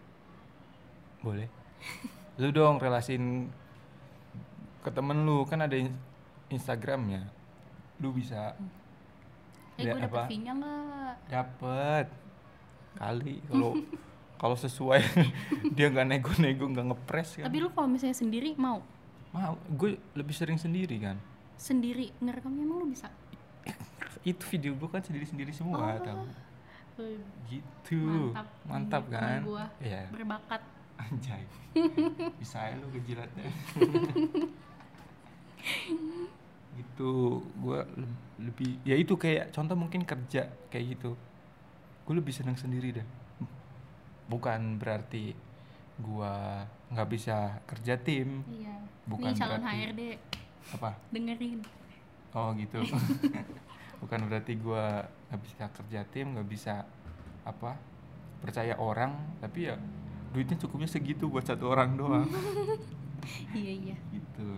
[SPEAKER 1] Boleh. Lu dong relasin ke temen lu kan ada in- Instagramnya. Lu bisa
[SPEAKER 2] eh
[SPEAKER 1] Ya,
[SPEAKER 2] gue dapet
[SPEAKER 1] apa?
[SPEAKER 2] fee-nya nggak
[SPEAKER 1] dapet kali kalau kalau sesuai dia nggak nego-nego nggak ngepres kan.
[SPEAKER 2] tapi lu kalau misalnya sendiri mau
[SPEAKER 1] Mau gue lebih sering sendiri kan.
[SPEAKER 2] sendiri ngerekamnya emang lu bisa
[SPEAKER 1] Itu video gue kan sendiri-sendiri semua tau.
[SPEAKER 2] Eh,
[SPEAKER 1] Gitu.
[SPEAKER 2] Oh.
[SPEAKER 1] Mantap,
[SPEAKER 2] Mantap. Iya,
[SPEAKER 1] kan?
[SPEAKER 2] teman gua.
[SPEAKER 1] Iya.
[SPEAKER 2] berbakat
[SPEAKER 1] Anjay. Bisa aja lu kejilatnya. gitu gua leb- lebih ya itu kayak contoh mungkin kerja kayak gitu gue lebih senang sendiri deh bukan berarti gua nggak bisa kerja tim
[SPEAKER 2] iya
[SPEAKER 1] Bukan
[SPEAKER 2] ini calon
[SPEAKER 1] berarti-
[SPEAKER 2] HRD
[SPEAKER 1] apa
[SPEAKER 2] dengerin
[SPEAKER 1] oh gitu bukan berarti gua nggak bisa kerja tim nggak bisa apa percaya orang tapi ya duitnya cukupnya segitu buat satu orang doang
[SPEAKER 2] iya iya
[SPEAKER 1] gitu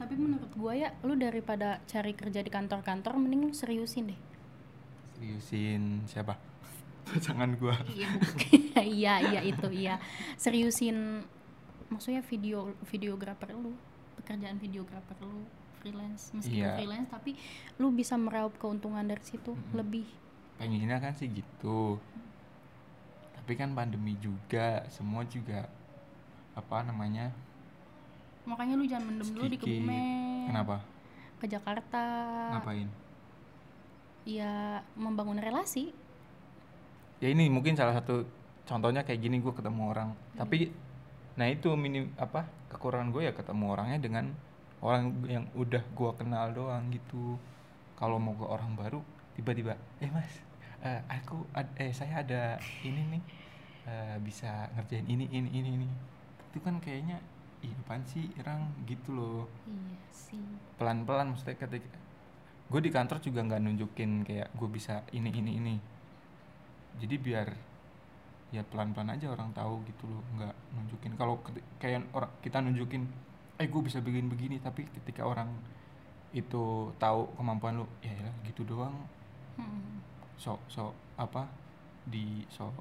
[SPEAKER 2] tapi menurut gua ya lu daripada cari kerja di kantor-kantor mending lu seriusin deh
[SPEAKER 1] seriusin siapa pasangan gua
[SPEAKER 2] iya iya iya itu iya seriusin maksudnya video videografer lu pekerjaan videografer lu freelance meskipun
[SPEAKER 1] Iya.
[SPEAKER 2] freelance tapi lu bisa meraup keuntungan dari situ
[SPEAKER 1] Mm-mm.
[SPEAKER 2] lebih
[SPEAKER 1] pengennya kan sih gitu tapi kan pandemi juga semua juga apa namanya
[SPEAKER 2] makanya lu jangan mendem dulu di
[SPEAKER 1] Sedikit.
[SPEAKER 2] Kebumen
[SPEAKER 1] kenapa
[SPEAKER 2] ke Jakarta
[SPEAKER 1] ngapain
[SPEAKER 2] ya membangun relasi
[SPEAKER 1] ya ini mungkin salah satu contohnya kayak gini gue ketemu orang tapi nah itu minim apa kekurangan gue ya ketemu orangnya dengan orang yang udah gua kenal doang gitu kalau mau ke orang baru tiba-tiba eh mas eh, aku ad- eh saya ada ini nih eh, bisa ngerjain ini ini ini ini itu kan kayaknya ih apaan sih orang gitu loh
[SPEAKER 2] iya sih
[SPEAKER 1] pelan-pelan maksudnya ketika gue di kantor juga nggak nunjukin kayak gue bisa ini ini ini jadi biar ya pelan-pelan aja orang tahu gitu loh nggak nunjukin kalau keti- kayak orang kita nunjukin eh gue bisa bikin begini tapi ketika orang itu tahu kemampuan lu ya elah, gitu doang
[SPEAKER 2] Mm-mm.
[SPEAKER 1] sok sok apa di sok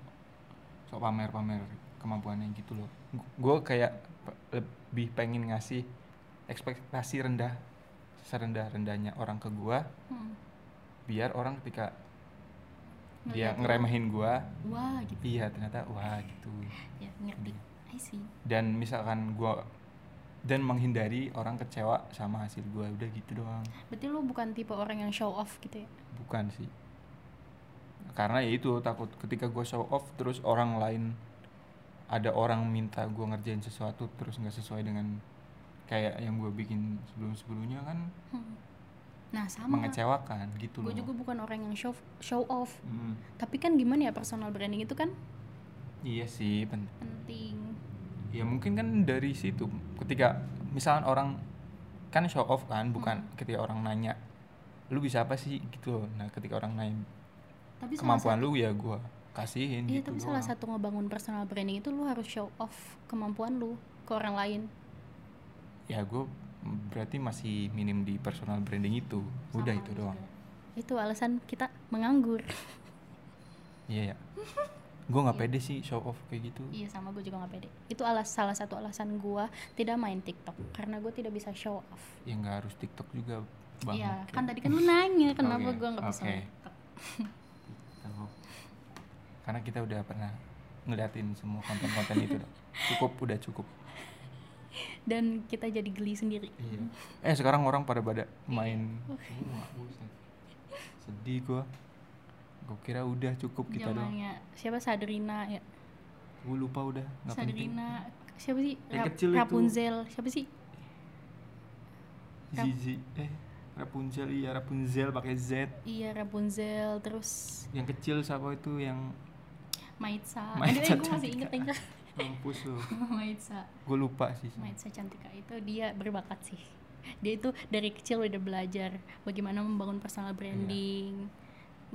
[SPEAKER 1] sok pamer pamer kemampuannya gitu loh gue kayak pe- lebih pengen ngasih ekspektasi rendah serendah rendahnya orang ke gua
[SPEAKER 2] Mm-mm.
[SPEAKER 1] biar orang ketika dia Iya,
[SPEAKER 2] Ngeliat lu,
[SPEAKER 1] ngeremehin gua
[SPEAKER 2] wah gitu
[SPEAKER 1] iya ternyata wah gitu
[SPEAKER 2] ya ngerti I see
[SPEAKER 1] dan misalkan gua dan menghindari orang kecewa sama hasil gua udah gitu doang
[SPEAKER 2] berarti lu bukan tipe orang yang show off gitu ya
[SPEAKER 1] bukan sih karena ya itu takut ketika gue show off terus orang lain ada orang minta gue ngerjain sesuatu terus nggak sesuai dengan kayak yang gue bikin sebelum sebelumnya kan
[SPEAKER 2] Hmm. nah sama
[SPEAKER 1] mengecewakan gitu
[SPEAKER 2] gue
[SPEAKER 1] loh
[SPEAKER 2] juga bukan orang yang show show off
[SPEAKER 1] Hmm,
[SPEAKER 2] tapi kan gimana ya personal branding itu kan
[SPEAKER 1] iya sih pen-
[SPEAKER 2] penting
[SPEAKER 1] ya mungkin kan dari situ ketika misalnya orang kan show off kan bukan ketika orang nanya lu bisa apa sih gitu loh nah ketika orang nanya
[SPEAKER 2] tapi salah
[SPEAKER 1] kemampuan lu ya gua kasihin
[SPEAKER 2] Iya,
[SPEAKER 1] gitu
[SPEAKER 2] tapi salah
[SPEAKER 1] doang.
[SPEAKER 2] satu ngebangun personal branding itu lu harus show off kemampuan lu ke orang lain.
[SPEAKER 1] ya gua berarti masih minim di personal branding itu udah
[SPEAKER 2] Sama
[SPEAKER 1] itu
[SPEAKER 2] juga.
[SPEAKER 1] doang
[SPEAKER 2] Itu alasan kita menganggur.
[SPEAKER 1] iya ya gua nggak pede sih show off kayak gitu
[SPEAKER 2] Iya, sama gue juga gak pede. Itu alas salah satu alasan gue tidak main TikTok karena gue tidak bisa show off.
[SPEAKER 1] ya nggak harus tiktok juga gitu. bang
[SPEAKER 2] Iya, kan tadi kan lu nanya kenapa
[SPEAKER 1] Oke,
[SPEAKER 2] gue nggak bisa
[SPEAKER 1] oke.
[SPEAKER 2] main TikTok.
[SPEAKER 1] Tahu. karena kita udah pernah ngeliatin semua konten-konten itu dah. cukup udah cukup
[SPEAKER 2] Dan kita jadi geli sendiri.
[SPEAKER 1] Iya. Eh sekarang orang pada pada main.
[SPEAKER 2] Iya.
[SPEAKER 1] Wah, buset. Sedih gua. Gua kira udah cukup kita doang.
[SPEAKER 2] Zamannya siapa Sadrina ya?
[SPEAKER 1] Gua lupa udah. Nggak penting.
[SPEAKER 2] Sadrina siapa sih?
[SPEAKER 1] Yang
[SPEAKER 2] Rap-
[SPEAKER 1] kecil itu.
[SPEAKER 2] Rapunzel siapa sih? Rap-
[SPEAKER 1] Zizi. Eh Rapunzel iya Rapunzel pakai Z.
[SPEAKER 2] Iya Rapunzel terus
[SPEAKER 1] Yang kecil siapa itu yang
[SPEAKER 2] Maitsa.
[SPEAKER 1] Maitza
[SPEAKER 2] Aduh, gue masih inget
[SPEAKER 1] Cantika.
[SPEAKER 2] inget.
[SPEAKER 1] mampus lu.
[SPEAKER 2] Maitsa.
[SPEAKER 1] Gua lupa sih.
[SPEAKER 2] Maitsa Cantika itu dia berbakat sih. Dia itu dari kecil udah belajar bagaimana membangun
[SPEAKER 1] Iya.
[SPEAKER 2] personal branding.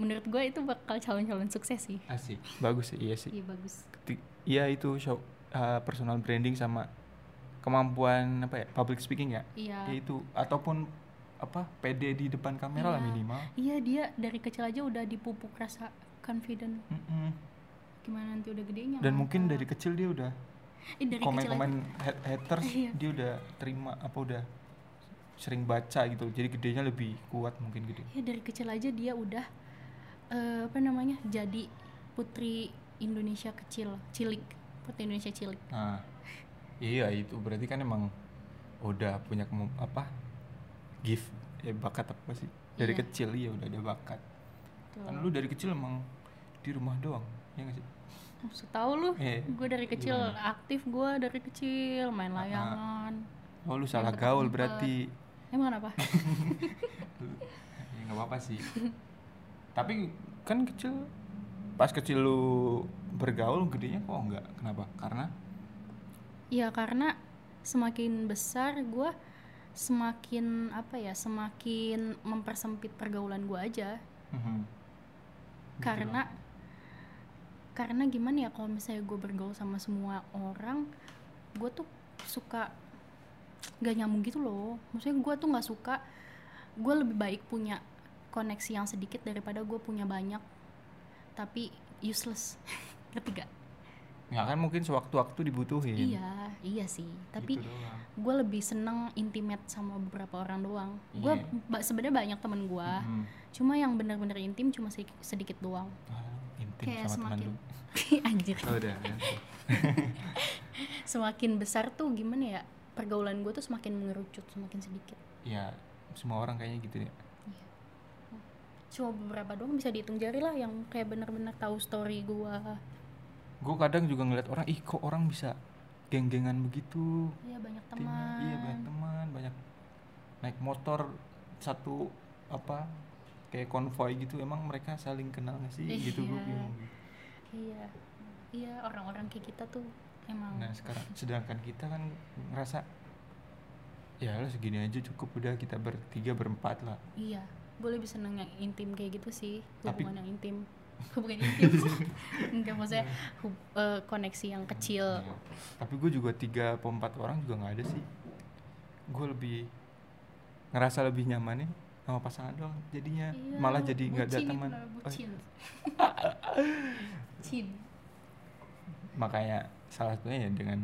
[SPEAKER 2] Menurut gue itu bakal calon-calon sukses sih.
[SPEAKER 1] Asik. Bagus sih iya sih.
[SPEAKER 2] Iya bagus.
[SPEAKER 1] Ti- Iya itu show eh, personal branding sama kemampuan apa ya public speaking ya.
[SPEAKER 2] Iya.
[SPEAKER 1] Ya itu ataupun apa PD di depan kamera lah
[SPEAKER 2] Iya.
[SPEAKER 1] minimal.
[SPEAKER 2] Iya dia dari kecil aja udah dipupuk rasa confident.
[SPEAKER 1] Mm-mm.
[SPEAKER 2] Gimana nanti udah gedenya?
[SPEAKER 1] Dan mungkin
[SPEAKER 2] Iya, mantap.
[SPEAKER 1] dari kecil dia udah
[SPEAKER 2] Eh, dari kecil aja.
[SPEAKER 1] komen-komen ha- haters
[SPEAKER 2] Iya.
[SPEAKER 1] dia udah terima apa udah sering baca gitu jadi gedenya lebih kuat mungkin gede
[SPEAKER 2] Ya dari kecil aja dia udah eh, apa namanya jadi putri Indonesia kecil, cilik, putri Indonesia cilik.
[SPEAKER 1] nah iya itu berarti kan emang udah punya kemu- apa gift eh bakat apa sih dari
[SPEAKER 2] Iya.
[SPEAKER 1] kecil iya udah ada bakat
[SPEAKER 2] Tuh.
[SPEAKER 1] kan lu dari kecil emang di rumah doang ya nggak sih
[SPEAKER 2] Maksud tahu lu?
[SPEAKER 1] eh
[SPEAKER 2] Gue dari kecil
[SPEAKER 1] Gimana?
[SPEAKER 2] aktif gue dari kecil main layangan.
[SPEAKER 1] oh lu
[SPEAKER 2] Yang
[SPEAKER 1] salah
[SPEAKER 2] ketat
[SPEAKER 1] gaul
[SPEAKER 2] ngumpet.
[SPEAKER 1] berarti
[SPEAKER 2] Emang kenapa?
[SPEAKER 1] ya nggak apa-apa sih tapi kan kecil pas kecil lu bergaul gedenya kok enggak kenapa karena
[SPEAKER 2] Iya karena semakin besar gue semakin apa ya semakin mempersempit pergaulan gue aja
[SPEAKER 1] Mhm. Gitu
[SPEAKER 2] Mm-hmm. karena karena gimana ya kalau misalnya gue bergaul sama semua orang gue tuh suka gak nyambung gitu loh maksudnya gue tuh nggak suka gue lebih baik punya koneksi yang sedikit daripada gue punya banyak tapi useless ketiga
[SPEAKER 1] doang. ya kan mungkin sewaktu-waktu dibutuhin
[SPEAKER 2] iya iya sih tapi
[SPEAKER 1] Gitu doang.
[SPEAKER 2] gue lebih seneng intimate sama beberapa orang doang gue
[SPEAKER 1] Iya.
[SPEAKER 2] ba- sebenarnya banyak temen gue
[SPEAKER 1] Mhm.
[SPEAKER 2] cuma yang benar-benar intim cuma se- sedikit doang
[SPEAKER 1] Ah, intim
[SPEAKER 2] kayak
[SPEAKER 1] sama teman
[SPEAKER 2] semakin
[SPEAKER 1] lu
[SPEAKER 2] anjir
[SPEAKER 1] oh, udah ya.
[SPEAKER 2] semakin besar tuh gimana ya pergaulan gue tuh semakin mengerucut semakin sedikit
[SPEAKER 1] ya semua orang kayaknya gitu ya
[SPEAKER 2] cuma beberapa doang bisa dihitung jari lah yang kayak bener-bener tahu story gue
[SPEAKER 1] gue kadang juga ngeliat orang ih kok orang bisa geng-gengan begitu
[SPEAKER 2] ya banyak
[SPEAKER 1] Timnya,
[SPEAKER 2] teman
[SPEAKER 1] iya banyak teman banyak naik motor satu apa kayak konvoy gitu emang mereka saling kenal nggak sih gitu gue
[SPEAKER 2] Iya.
[SPEAKER 1] bingung
[SPEAKER 2] iya iya orang-orang kayak kita tuh emang
[SPEAKER 1] nah sekarang sedangkan kita kan ngerasa ya lo segini aja cukup udah kita bertiga berempat lah
[SPEAKER 2] iya gue lebih seneng yang intim kayak gitu sih
[SPEAKER 1] Tapi-
[SPEAKER 2] hubungan yang intim hubungan intim enggak maksudnya hub- eh, koneksi yang kecil
[SPEAKER 1] Iya. tapi gue juga tiga atau empat orang juga nggak ada sih gue lebih ngerasa lebih nyaman nih sama pasangan doang jadinya
[SPEAKER 2] Iya,
[SPEAKER 1] malah jadi nggak ada
[SPEAKER 2] bucin itu
[SPEAKER 1] teman
[SPEAKER 2] namanya,
[SPEAKER 1] Oh,
[SPEAKER 2] bucin bucin
[SPEAKER 1] Oh, makanya salah satunya ya dengan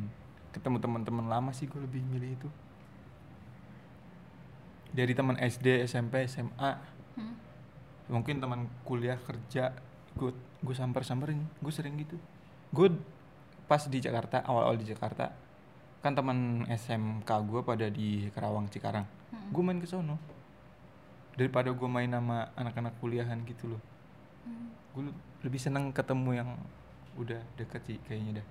[SPEAKER 1] ketemu teman-teman lama sih gue lebih milih itu dari teman SD SMP SMA
[SPEAKER 2] Hmm.
[SPEAKER 1] mungkin teman kuliah kerja gue gue samper samperin gue sering gitu gue pas di Jakarta awal-awal di Jakarta kan teman SMK gue pada di Karawang Cikarang
[SPEAKER 2] Mm-mm.
[SPEAKER 1] gue main ke sono daripada gue main sama anak-anak kuliahan gitu loh
[SPEAKER 2] Hmm.
[SPEAKER 1] gue lebih seneng ketemu yang udah deket sih kayaknya dah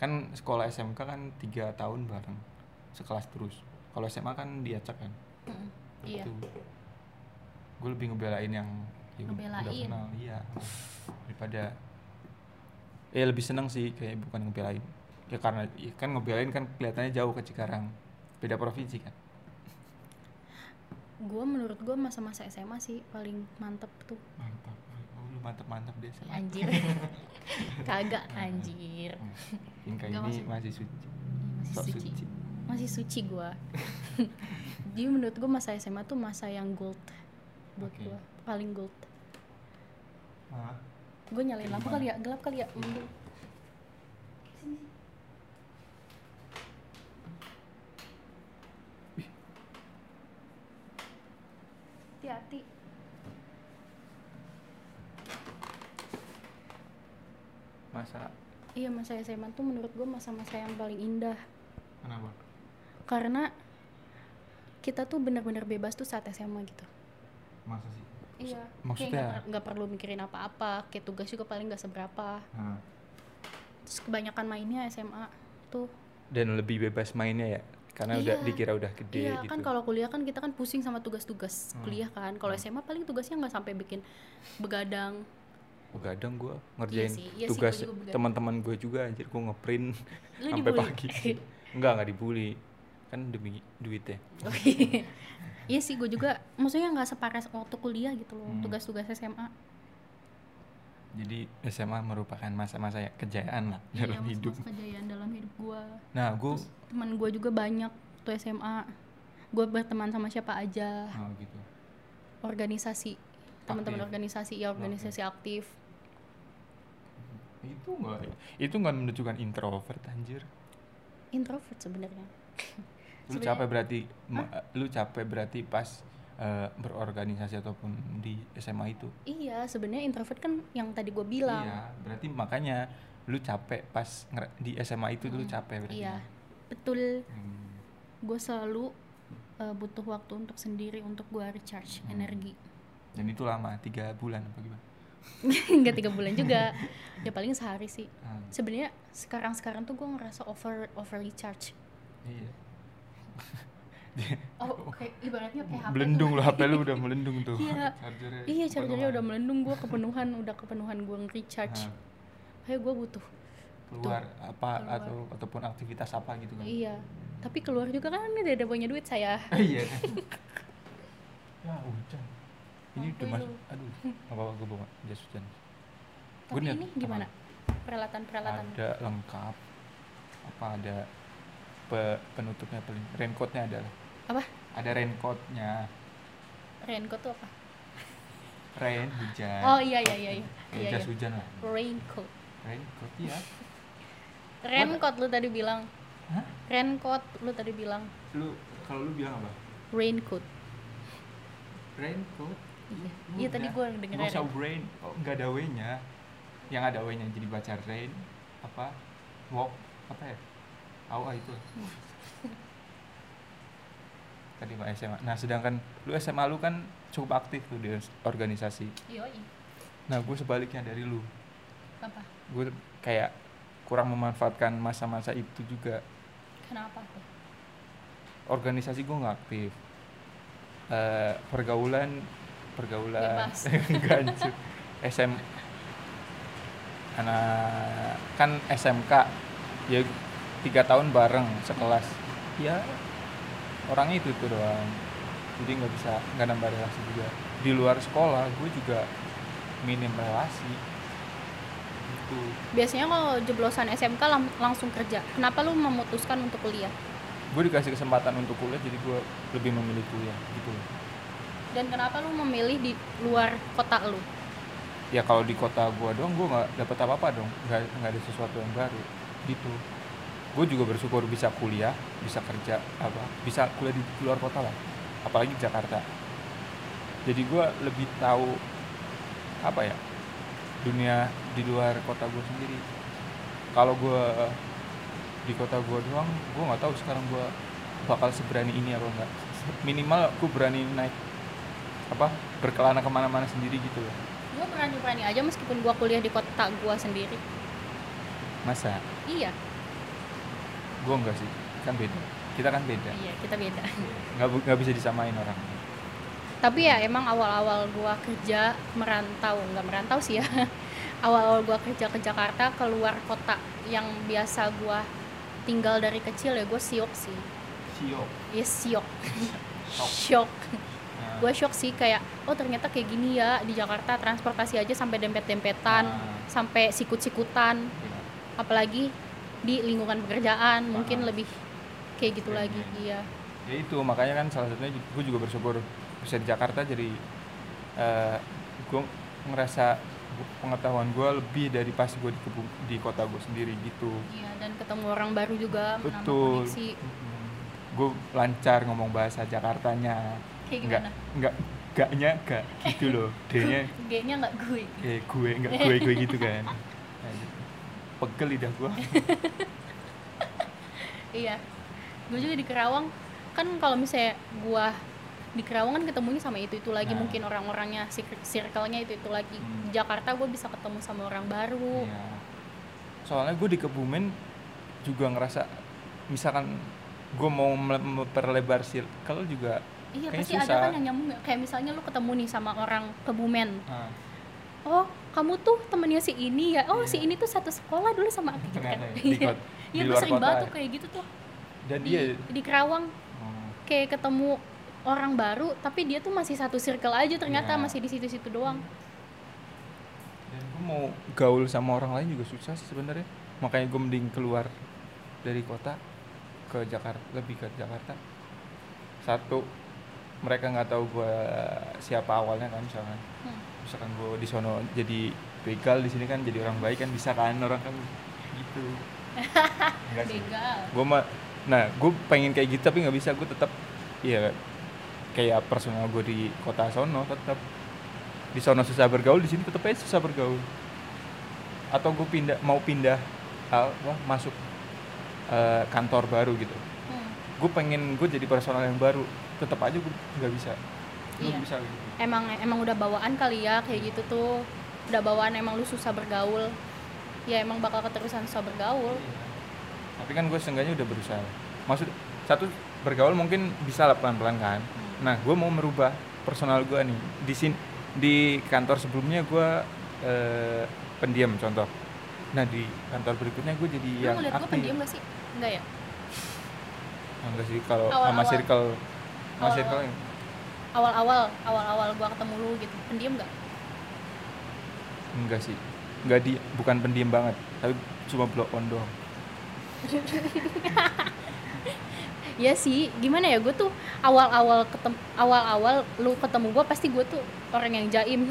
[SPEAKER 1] kan sekolah SMK kan tiga tahun bareng sekelas terus kalau SMA kan diacak kan Gitu.
[SPEAKER 2] Mm-mm. iya
[SPEAKER 1] gue lebih ngebelain yang ya udah- udah
[SPEAKER 2] Ngebelain.
[SPEAKER 1] kenal iya daripada ya lebih seneng sih kayak bukan ngebelain ya karena ya kan ngebelain kan kelihatannya jauh ke Cikarang beda provinsi kan
[SPEAKER 2] gue menurut gue masa-masa SMA sih paling mantep tuh
[SPEAKER 1] mantap oh, lu mantap mantap deh sama
[SPEAKER 2] anjir kagak
[SPEAKER 1] Nah,
[SPEAKER 2] anjir
[SPEAKER 1] Inka
[SPEAKER 2] Nggak
[SPEAKER 1] ini
[SPEAKER 2] masuk.
[SPEAKER 1] masih suci
[SPEAKER 2] masih
[SPEAKER 1] sok
[SPEAKER 2] suci
[SPEAKER 1] suci
[SPEAKER 2] masih suci gue jadi menurut gue masa SMA tuh masa yang gold buat
[SPEAKER 1] Oke.
[SPEAKER 2] gue paling gold
[SPEAKER 1] Hah?
[SPEAKER 2] gue nyalain lampu kali ya gelap kali ya
[SPEAKER 1] Iya.
[SPEAKER 2] mending hati-hati
[SPEAKER 1] masa
[SPEAKER 2] iya masa SMA tuh menurut gue masa-masa yang paling indah
[SPEAKER 1] kenapa
[SPEAKER 2] karena kita tuh benar-benar bebas tuh saat SMA gitu
[SPEAKER 1] masa sih
[SPEAKER 2] iya
[SPEAKER 1] maksudnya-
[SPEAKER 2] Kayak nggak per- nggak perlu mikirin apa-apa kayak tugas juga paling nggak seberapa
[SPEAKER 1] Nah,
[SPEAKER 2] terus kebanyakan mainnya SMA tuh
[SPEAKER 1] dan lebih bebas mainnya ya karena udah
[SPEAKER 2] Iya.
[SPEAKER 1] dikira udah gede
[SPEAKER 2] iya
[SPEAKER 1] gitu
[SPEAKER 2] kan kalau kuliah kan kita kan pusing sama tugas-tugas
[SPEAKER 1] Hmm.
[SPEAKER 2] kuliah kan kalau
[SPEAKER 1] Hmm.
[SPEAKER 2] SMA paling tugasnya nggak sampai bikin begadang
[SPEAKER 1] begadang gue ngerjain
[SPEAKER 2] sih, iya sih,
[SPEAKER 1] tugas
[SPEAKER 2] gua juga begadang.
[SPEAKER 1] teman-teman gue juga anjir gue ngeprint
[SPEAKER 2] Lu
[SPEAKER 1] sampai
[SPEAKER 2] dibully?
[SPEAKER 1] pagi enggak enggak dibully kan demi duit ya
[SPEAKER 2] Oke. Oh, iya sih gue juga maksudnya nggak separah waktu kuliah gitu loh
[SPEAKER 1] Hmm.
[SPEAKER 2] tugas-tugas SMA
[SPEAKER 1] jadi SMA merupakan masa-masa ya kejayaan lah
[SPEAKER 2] Iya,
[SPEAKER 1] dalam
[SPEAKER 2] mas-mas
[SPEAKER 1] hidup
[SPEAKER 2] kejayaan dalam hidup gue
[SPEAKER 1] nah gue
[SPEAKER 2] teman gue juga banyak tuh SMA gue berteman sama siapa aja
[SPEAKER 1] oh gitu
[SPEAKER 2] organisasi teman-teman
[SPEAKER 1] Aktif.
[SPEAKER 2] organisasi ya organisasi aktif
[SPEAKER 1] itu enggak ya? itu enggak menunjukkan introvert anjir
[SPEAKER 2] introvert sebenarnya
[SPEAKER 1] lu
[SPEAKER 2] Sebenarnya-
[SPEAKER 1] capek berarti ma- lu capek berarti pas eh, berorganisasi ataupun di SMA itu
[SPEAKER 2] iya sebenarnya introvert kan yang tadi gue bilang
[SPEAKER 1] iya berarti makanya lu capek pas nger- di SMA itu lu capek berarti ya?
[SPEAKER 2] iya betul
[SPEAKER 1] Hmm.
[SPEAKER 2] gue selalu eh, butuh waktu untuk sendiri untuk gue recharge
[SPEAKER 1] Hmm.
[SPEAKER 2] energi
[SPEAKER 1] dan itu lama tiga bulan apa gimana
[SPEAKER 2] nggak tiga bulan juga ya paling sehari sih
[SPEAKER 1] Ah,
[SPEAKER 2] sebenarnya sekarang sekarang tuh gue ngerasa over over recharge
[SPEAKER 1] iya
[SPEAKER 2] oh kayak ibaratnya kayak HP
[SPEAKER 1] melendung lo HP lu udah melendung tuh Nah,
[SPEAKER 2] Iya.
[SPEAKER 1] chargernya
[SPEAKER 2] iya chargernya udah melendung gue kepenuhan udah kepenuhan gue
[SPEAKER 1] Hmm.
[SPEAKER 2] nge-recharge kayak gue butuh
[SPEAKER 1] keluar apa
[SPEAKER 2] Keluar.
[SPEAKER 1] atau ataupun aktivitas apa gitu kan
[SPEAKER 2] iya tapi keluar juga kan ini ada punya duit saya
[SPEAKER 1] Ah, iya kan ya hujan ini
[SPEAKER 2] Sampai
[SPEAKER 1] udah masuk
[SPEAKER 2] lu.
[SPEAKER 1] aduh nggak apa-apa gue bawa jas hujan
[SPEAKER 2] tapi
[SPEAKER 1] Bener,
[SPEAKER 2] ini gimana peralatan peralatan
[SPEAKER 1] ada lengkap apa ada pe- penutupnya paling raincoatnya ada lah.
[SPEAKER 2] apa
[SPEAKER 1] ada raincoatnya
[SPEAKER 2] raincoat tuh apa
[SPEAKER 1] rain hujan
[SPEAKER 2] oh iya iya iya iya,
[SPEAKER 1] Ya,
[SPEAKER 2] iya,
[SPEAKER 1] jas
[SPEAKER 2] iya.
[SPEAKER 1] hujan lah
[SPEAKER 2] raincoat
[SPEAKER 1] raincoat ya
[SPEAKER 2] raincoat lu tadi bilang
[SPEAKER 1] Hah?
[SPEAKER 2] raincoat lu tadi bilang
[SPEAKER 1] lu kalau lu bilang apa
[SPEAKER 2] raincoat
[SPEAKER 1] raincoat
[SPEAKER 2] iya iya tadi gue
[SPEAKER 1] Udah.
[SPEAKER 2] denger
[SPEAKER 1] Nggak usah
[SPEAKER 2] rain-
[SPEAKER 1] brain oh, nggak ada w-nya yang ada w-nya jadi baca rain apa walk apa ya awa itu tadi pak SMA nah sedangkan lu SMA lu kan cukup aktif tuh di organisasi
[SPEAKER 2] Yoi.
[SPEAKER 1] nah gue sebaliknya dari lu
[SPEAKER 2] apa
[SPEAKER 1] gue kayak kurang memanfaatkan masa-masa itu juga
[SPEAKER 2] kenapa tuh
[SPEAKER 1] organisasi gue nggak aktif Eh, pergaulan pergaulan
[SPEAKER 2] Bebas.
[SPEAKER 1] enggak anjir. SM anak kan SMK ya tiga tahun bareng sekelas ya orangnya itu tuh doang jadi nggak bisa nggak nambah relasi juga di luar sekolah gue juga minim relasi Gitu. itu
[SPEAKER 2] biasanya kalau jeblosan SMK lang- langsung kerja kenapa lu memutuskan untuk kuliah
[SPEAKER 1] gue dikasih kesempatan untuk kuliah jadi gue lebih memilih kuliah gitu loh
[SPEAKER 2] dan kenapa lu memilih di luar kota lu
[SPEAKER 1] ya kalau di kota gua doang gua nggak dapat apa apa dong nggak nggak ada sesuatu yang baru gitu gue juga bersyukur bisa kuliah bisa kerja apa bisa kuliah di luar kota lah apalagi di Jakarta jadi gua lebih tahu apa ya dunia di luar kota gue sendiri kalau gua di kota gua doang gua nggak tahu sekarang gua bakal seberani ini apa enggak minimal gue berani naik apa berkelana kemana-mana sendiri gitu loh
[SPEAKER 2] gue berani berani aja meskipun gue kuliah di kota gue sendiri
[SPEAKER 1] masa
[SPEAKER 2] iya
[SPEAKER 1] gue enggak sih kan beda kita kan beda
[SPEAKER 2] Iya, kita beda.
[SPEAKER 1] nggak bu- nggak bisa disamain orang
[SPEAKER 2] Tapi ya emang awal-awal gua kerja merantau, nggak merantau sih ya. awal-awal gua kerja ke Jakarta, keluar kota yang biasa gua tinggal dari kecil ya gue siok sih.
[SPEAKER 1] siok
[SPEAKER 2] Ya siok.
[SPEAKER 1] Shock.
[SPEAKER 2] Shock.
[SPEAKER 1] Nah,
[SPEAKER 2] Gue shock sih kayak oh ternyata kayak gini ya di Jakarta transportasi aja sampai dempet-dempetan,
[SPEAKER 1] Ah.
[SPEAKER 2] sampai sikut-sikutan,
[SPEAKER 1] iya.
[SPEAKER 2] apalagi di lingkungan pekerjaan mungkin
[SPEAKER 1] Ah.
[SPEAKER 2] lebih kayak gitu
[SPEAKER 1] Keren,
[SPEAKER 2] lagi.
[SPEAKER 1] keren.
[SPEAKER 2] Iya.
[SPEAKER 1] ya itu makanya kan salah satunya gue juga bersyukur bisa di Jakarta jadi gue ngerasa gu- pengetahuan gue lebih dari pas gue di, kebu- di kota gue sendiri gitu
[SPEAKER 2] Iya, dan ketemu orang baru juga menambah
[SPEAKER 1] betul
[SPEAKER 2] koneksi.
[SPEAKER 1] gue lancar ngomong bahasa Jakartanya
[SPEAKER 2] Kayak
[SPEAKER 1] nggak
[SPEAKER 2] gimana?
[SPEAKER 1] nggak nggaknya nggak gitu loh d-nya
[SPEAKER 2] G-nya nggak ya. gue.
[SPEAKER 1] eh gue nggak gue gue gitu kan Nah, pegel lidah gue
[SPEAKER 2] Iya. Gue juga di Kerawang kan kalau misalnya gua di Kerawang kan ketemunya sama itu itu lagi
[SPEAKER 1] Nah.
[SPEAKER 2] mungkin orang-orangnya sir- circle-nya itu itu lagi.
[SPEAKER 1] Hmm.
[SPEAKER 2] Di Jakarta gue bisa ketemu sama orang baru.
[SPEAKER 1] Iya. Soalnya gue di Kebumen juga ngerasa misalkan gue mau mele- memperlebar circle juga
[SPEAKER 2] Iya,
[SPEAKER 1] Kayaknya
[SPEAKER 2] pasti ada
[SPEAKER 1] susah.
[SPEAKER 2] kan yang nyambung nggak? kayak misalnya lu ketemu nih sama orang Kebumen.
[SPEAKER 1] ah,
[SPEAKER 2] Oh, kamu tuh temennya si ini ya. Oh,
[SPEAKER 1] Iya.
[SPEAKER 2] si ini tuh satu sekolah dulu sama aku gitu kan.
[SPEAKER 1] ternyata ya, di,
[SPEAKER 2] Iya.
[SPEAKER 1] kot- di
[SPEAKER 2] Iya, gue
[SPEAKER 1] luar
[SPEAKER 2] sering
[SPEAKER 1] kota ya.
[SPEAKER 2] banget tuh kayak gitu tuh
[SPEAKER 1] dan
[SPEAKER 2] di,
[SPEAKER 1] dia
[SPEAKER 2] di Kerawang
[SPEAKER 1] oh,
[SPEAKER 2] kayak ketemu orang baru tapi dia tuh masih satu circle aja ternyata
[SPEAKER 1] Iya.
[SPEAKER 2] masih di situ-situ doang.
[SPEAKER 1] dan gue mau gaul sama orang lain juga susah sih sebenarnya makanya gue mending keluar dari kota ke Jakarta lebih ke Jakarta satu mereka nggak tahu gue siapa awalnya kan misalkan
[SPEAKER 2] Hmm.
[SPEAKER 1] misalkan gue di sono jadi begal di sini kan jadi orang baik kan bisa kan orang kan gitu enggak sih
[SPEAKER 2] Begal.
[SPEAKER 1] gue mah nah gue pengen kayak gitu tapi nggak bisa gue tetap ya kayak personal gue di kota sono tetap di sono susah bergaul di sini tetap aja susah bergaul atau gue pindah mau pindah apa masuk eh, kantor baru gitu
[SPEAKER 2] Hmm.
[SPEAKER 1] gue pengen gue jadi personal yang baru tetap aja gue nggak bisa gue
[SPEAKER 2] Iya.
[SPEAKER 1] bisa gitu.
[SPEAKER 2] Emang emang udah bawaan kali ya kayak gitu tuh. Udah bawaan emang lu susah bergaul. Ya emang bakal keterusan susah bergaul.
[SPEAKER 1] Tapi kan gue seenggaknya udah berusaha. Maksud satu bergaul mungkin bisa lah pelan-pelan kan.
[SPEAKER 2] Hmm.
[SPEAKER 1] Nah, gue mau merubah personal gue nih. Di sin di kantor sebelumnya gue eh, pendiam contoh. Nah di kantor berikutnya gue jadi yang
[SPEAKER 2] lu
[SPEAKER 1] Iya.
[SPEAKER 2] ngeliat gue
[SPEAKER 1] aktif.
[SPEAKER 2] pendiam gak sih? Enggak ya?
[SPEAKER 1] Enggak sih kalau sama
[SPEAKER 2] Awal-awal.
[SPEAKER 1] circle, sama
[SPEAKER 2] Awal-awal.
[SPEAKER 1] circle
[SPEAKER 2] Awal-awal, awal-awal gua ketemu lu gitu. Pendiam gak?
[SPEAKER 1] enggak sih. Enggak di bukan pendiam banget, tapi cuma blow on doang.
[SPEAKER 2] Ya sih, gimana ya gue tuh awal-awal ketem awal-awal lu ketemu gua pasti gue tuh orang yang jaim.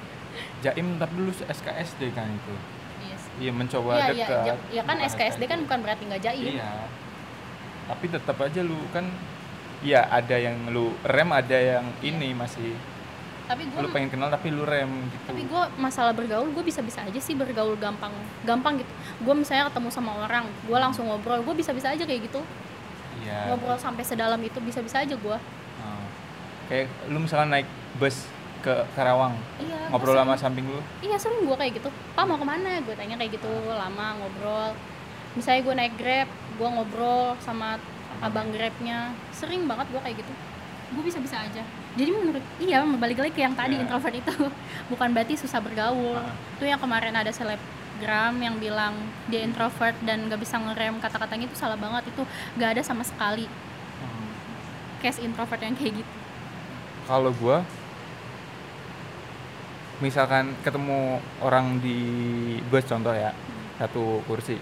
[SPEAKER 1] Jaim tapi dulu SKSD kan itu.
[SPEAKER 2] Iya sih.
[SPEAKER 1] Iya mencoba
[SPEAKER 2] Iya, iya,
[SPEAKER 1] dekat.
[SPEAKER 2] ja- iya kan
[SPEAKER 1] bukan
[SPEAKER 2] SKSD kan bukan berarti nggak jaim.
[SPEAKER 1] Iya. Tapi tetap aja lu kan ya ada yang lu rem, ada yang
[SPEAKER 2] Iya.
[SPEAKER 1] ini masih
[SPEAKER 2] Tapi gue
[SPEAKER 1] lu pengen kenal tapi lu rem gitu.
[SPEAKER 2] tapi gue masalah bergaul gue bisa-bisa aja sih bergaul gampang gampang gitu gue misalnya ketemu sama orang gue langsung ngobrol gue bisa-bisa aja kayak gitu
[SPEAKER 1] Iya.
[SPEAKER 2] ngobrol sampai sedalam itu bisa-bisa aja gue
[SPEAKER 1] Nah, Kayak lu misalnya naik bus ke Karawang,
[SPEAKER 2] iya
[SPEAKER 1] ngobrol
[SPEAKER 2] sering-
[SPEAKER 1] sama samping lu.
[SPEAKER 2] iya sering gue kayak gitu pak mau kemana gue tanya kayak gitu lama ngobrol misalnya gue naik grab gue ngobrol sama abang grabnya sering banget gue kayak gitu gue bisa-bisa aja jadi menurut iya balik lagi ke yang tadi
[SPEAKER 1] Iya.
[SPEAKER 2] introvert itu bukan berarti susah bergaul
[SPEAKER 1] Ah.
[SPEAKER 2] itu yang kemarin ada selebgram yang bilang dia
[SPEAKER 1] Hmm.
[SPEAKER 2] introvert dan gak bisa ngerem kata-katanya itu salah banget itu gak ada sama sekali
[SPEAKER 1] Hmm.
[SPEAKER 2] case introvert yang kayak gitu
[SPEAKER 1] Kalau gua misalkan ketemu orang di bus contoh ya, satu kursi.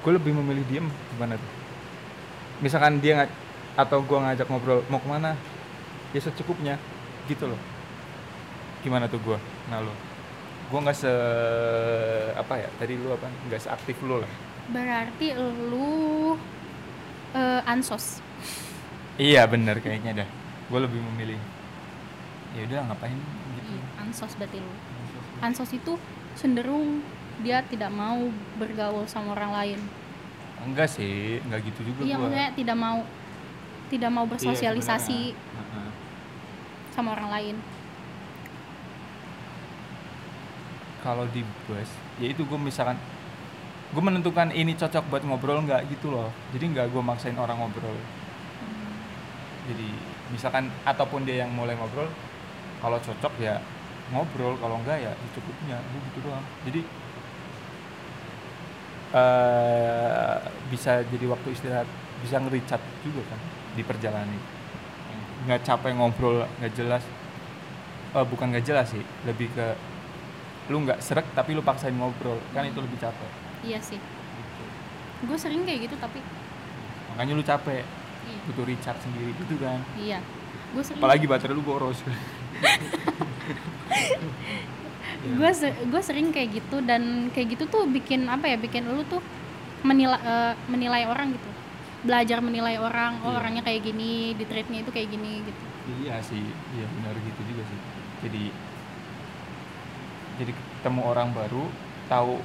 [SPEAKER 1] Gue lebih memilih diem gimana tuh? Misalkan dia nga- atau gua ngajak ngobrol mau kemana? Ya secukupnya gitu loh. Gimana tuh gua? Nah lo, gue nggak se apa ya? Tadi lu apa? Nggak seaktif lu lah.
[SPEAKER 2] berarti lu eh, ansos
[SPEAKER 1] Iya bener kayaknya dah. Gue lebih memilih. Ya udah ngapain gitu.
[SPEAKER 2] Iya, ansos berarti lu ansos itu cenderung dia tidak mau bergaul sama orang lain
[SPEAKER 1] Enggak sih, enggak gitu juga
[SPEAKER 2] iya
[SPEAKER 1] gua.
[SPEAKER 2] maksudnya tidak mau tidak mau
[SPEAKER 1] Iya,
[SPEAKER 2] bersosialisasi
[SPEAKER 1] sebenarnya. Heeh.
[SPEAKER 2] sama orang lain
[SPEAKER 1] Kalau di bus, ya itu gue misalkan gue menentukan ini cocok buat ngobrol nggak gitu loh jadi nggak gue maksain orang ngobrol jadi misalkan ataupun dia yang mulai ngobrol kalau cocok ya ngobrol kalau enggak ya secukupnya gue gitu doang jadi eh bisa jadi waktu istirahat bisa nge-recharge juga kan di perjalanan nggak capek ngobrol nggak jelas Eh, bukan nggak jelas sih lebih ke lu nggak serak tapi lu paksain ngobrol kan itu lebih capek
[SPEAKER 2] iya sih
[SPEAKER 1] gitu.
[SPEAKER 2] gue sering kayak gitu tapi
[SPEAKER 1] makanya lu capek
[SPEAKER 2] i-
[SPEAKER 1] butuh recharge sendiri gitu kan
[SPEAKER 2] iya gue sering
[SPEAKER 1] apalagi baterai lu boros
[SPEAKER 2] gue gue sering kayak gitu dan kayak gitu tuh bikin apa ya bikin lu tuh menilai menilai orang gitu belajar menilai orang
[SPEAKER 1] Iya.
[SPEAKER 2] oh orangnya kayak gini di treatnya itu kayak gini gitu
[SPEAKER 1] Iya sih, iya benar gitu juga sih. Jadi jadi ketemu orang baru, tahu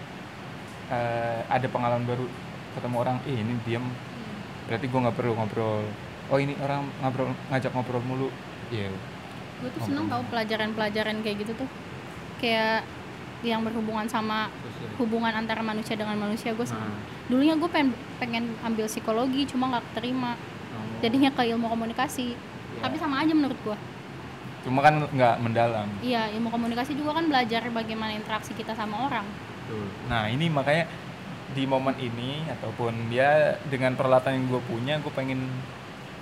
[SPEAKER 1] eh, ada pengalaman baru, ketemu orang, eh ini diam, berarti gue nggak perlu ngobrol. Oh ini orang ngobrol ngajak ngobrol mulu, iya.
[SPEAKER 2] gue tuh seneng tau pelajaran-pelajaran kayak gitu tuh kayak yang berhubungan sama hubungan antara manusia dengan manusia gue seneng dulunya gue pengen pengen ambil psikologi cuma nggak terima jadinya ke ilmu komunikasi tapi sama aja menurut gue
[SPEAKER 1] Cuma kan nggak mendalam.
[SPEAKER 2] iya ilmu komunikasi juga kan belajar bagaimana interaksi kita sama orang
[SPEAKER 1] Nah ini makanya di momen ini ataupun ya dengan peralatan yang gue punya, gue pengen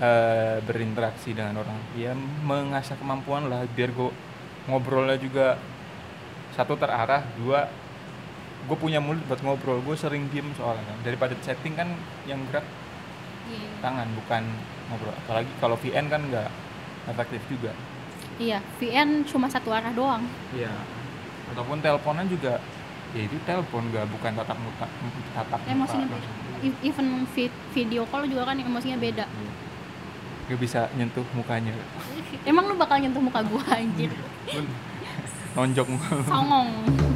[SPEAKER 1] eh, berinteraksi dengan orang. Ya mengasah kemampuan lah biar gue ngobrolnya juga satu terarah, dua gue punya mulut buat ngobrol. Gue sering diem soalnya kan. daripada chatting kan yang gerak tangan bukan ngobrol. Apalagi kalau VN kan nggak efektif juga.
[SPEAKER 2] iya VN cuma satu arah doang
[SPEAKER 1] Iya. Ataupun teleponan juga ya itu telepon nggak bukan tatap muka tatap muka
[SPEAKER 2] Emosinya beda.
[SPEAKER 1] langsung.
[SPEAKER 2] E- even vi- video call juga kan emosinya beda
[SPEAKER 1] Gak bisa nyentuh mukanya.
[SPEAKER 2] emang lu bakal nyentuh muka gue anjir
[SPEAKER 1] Nonjok muka.
[SPEAKER 2] songong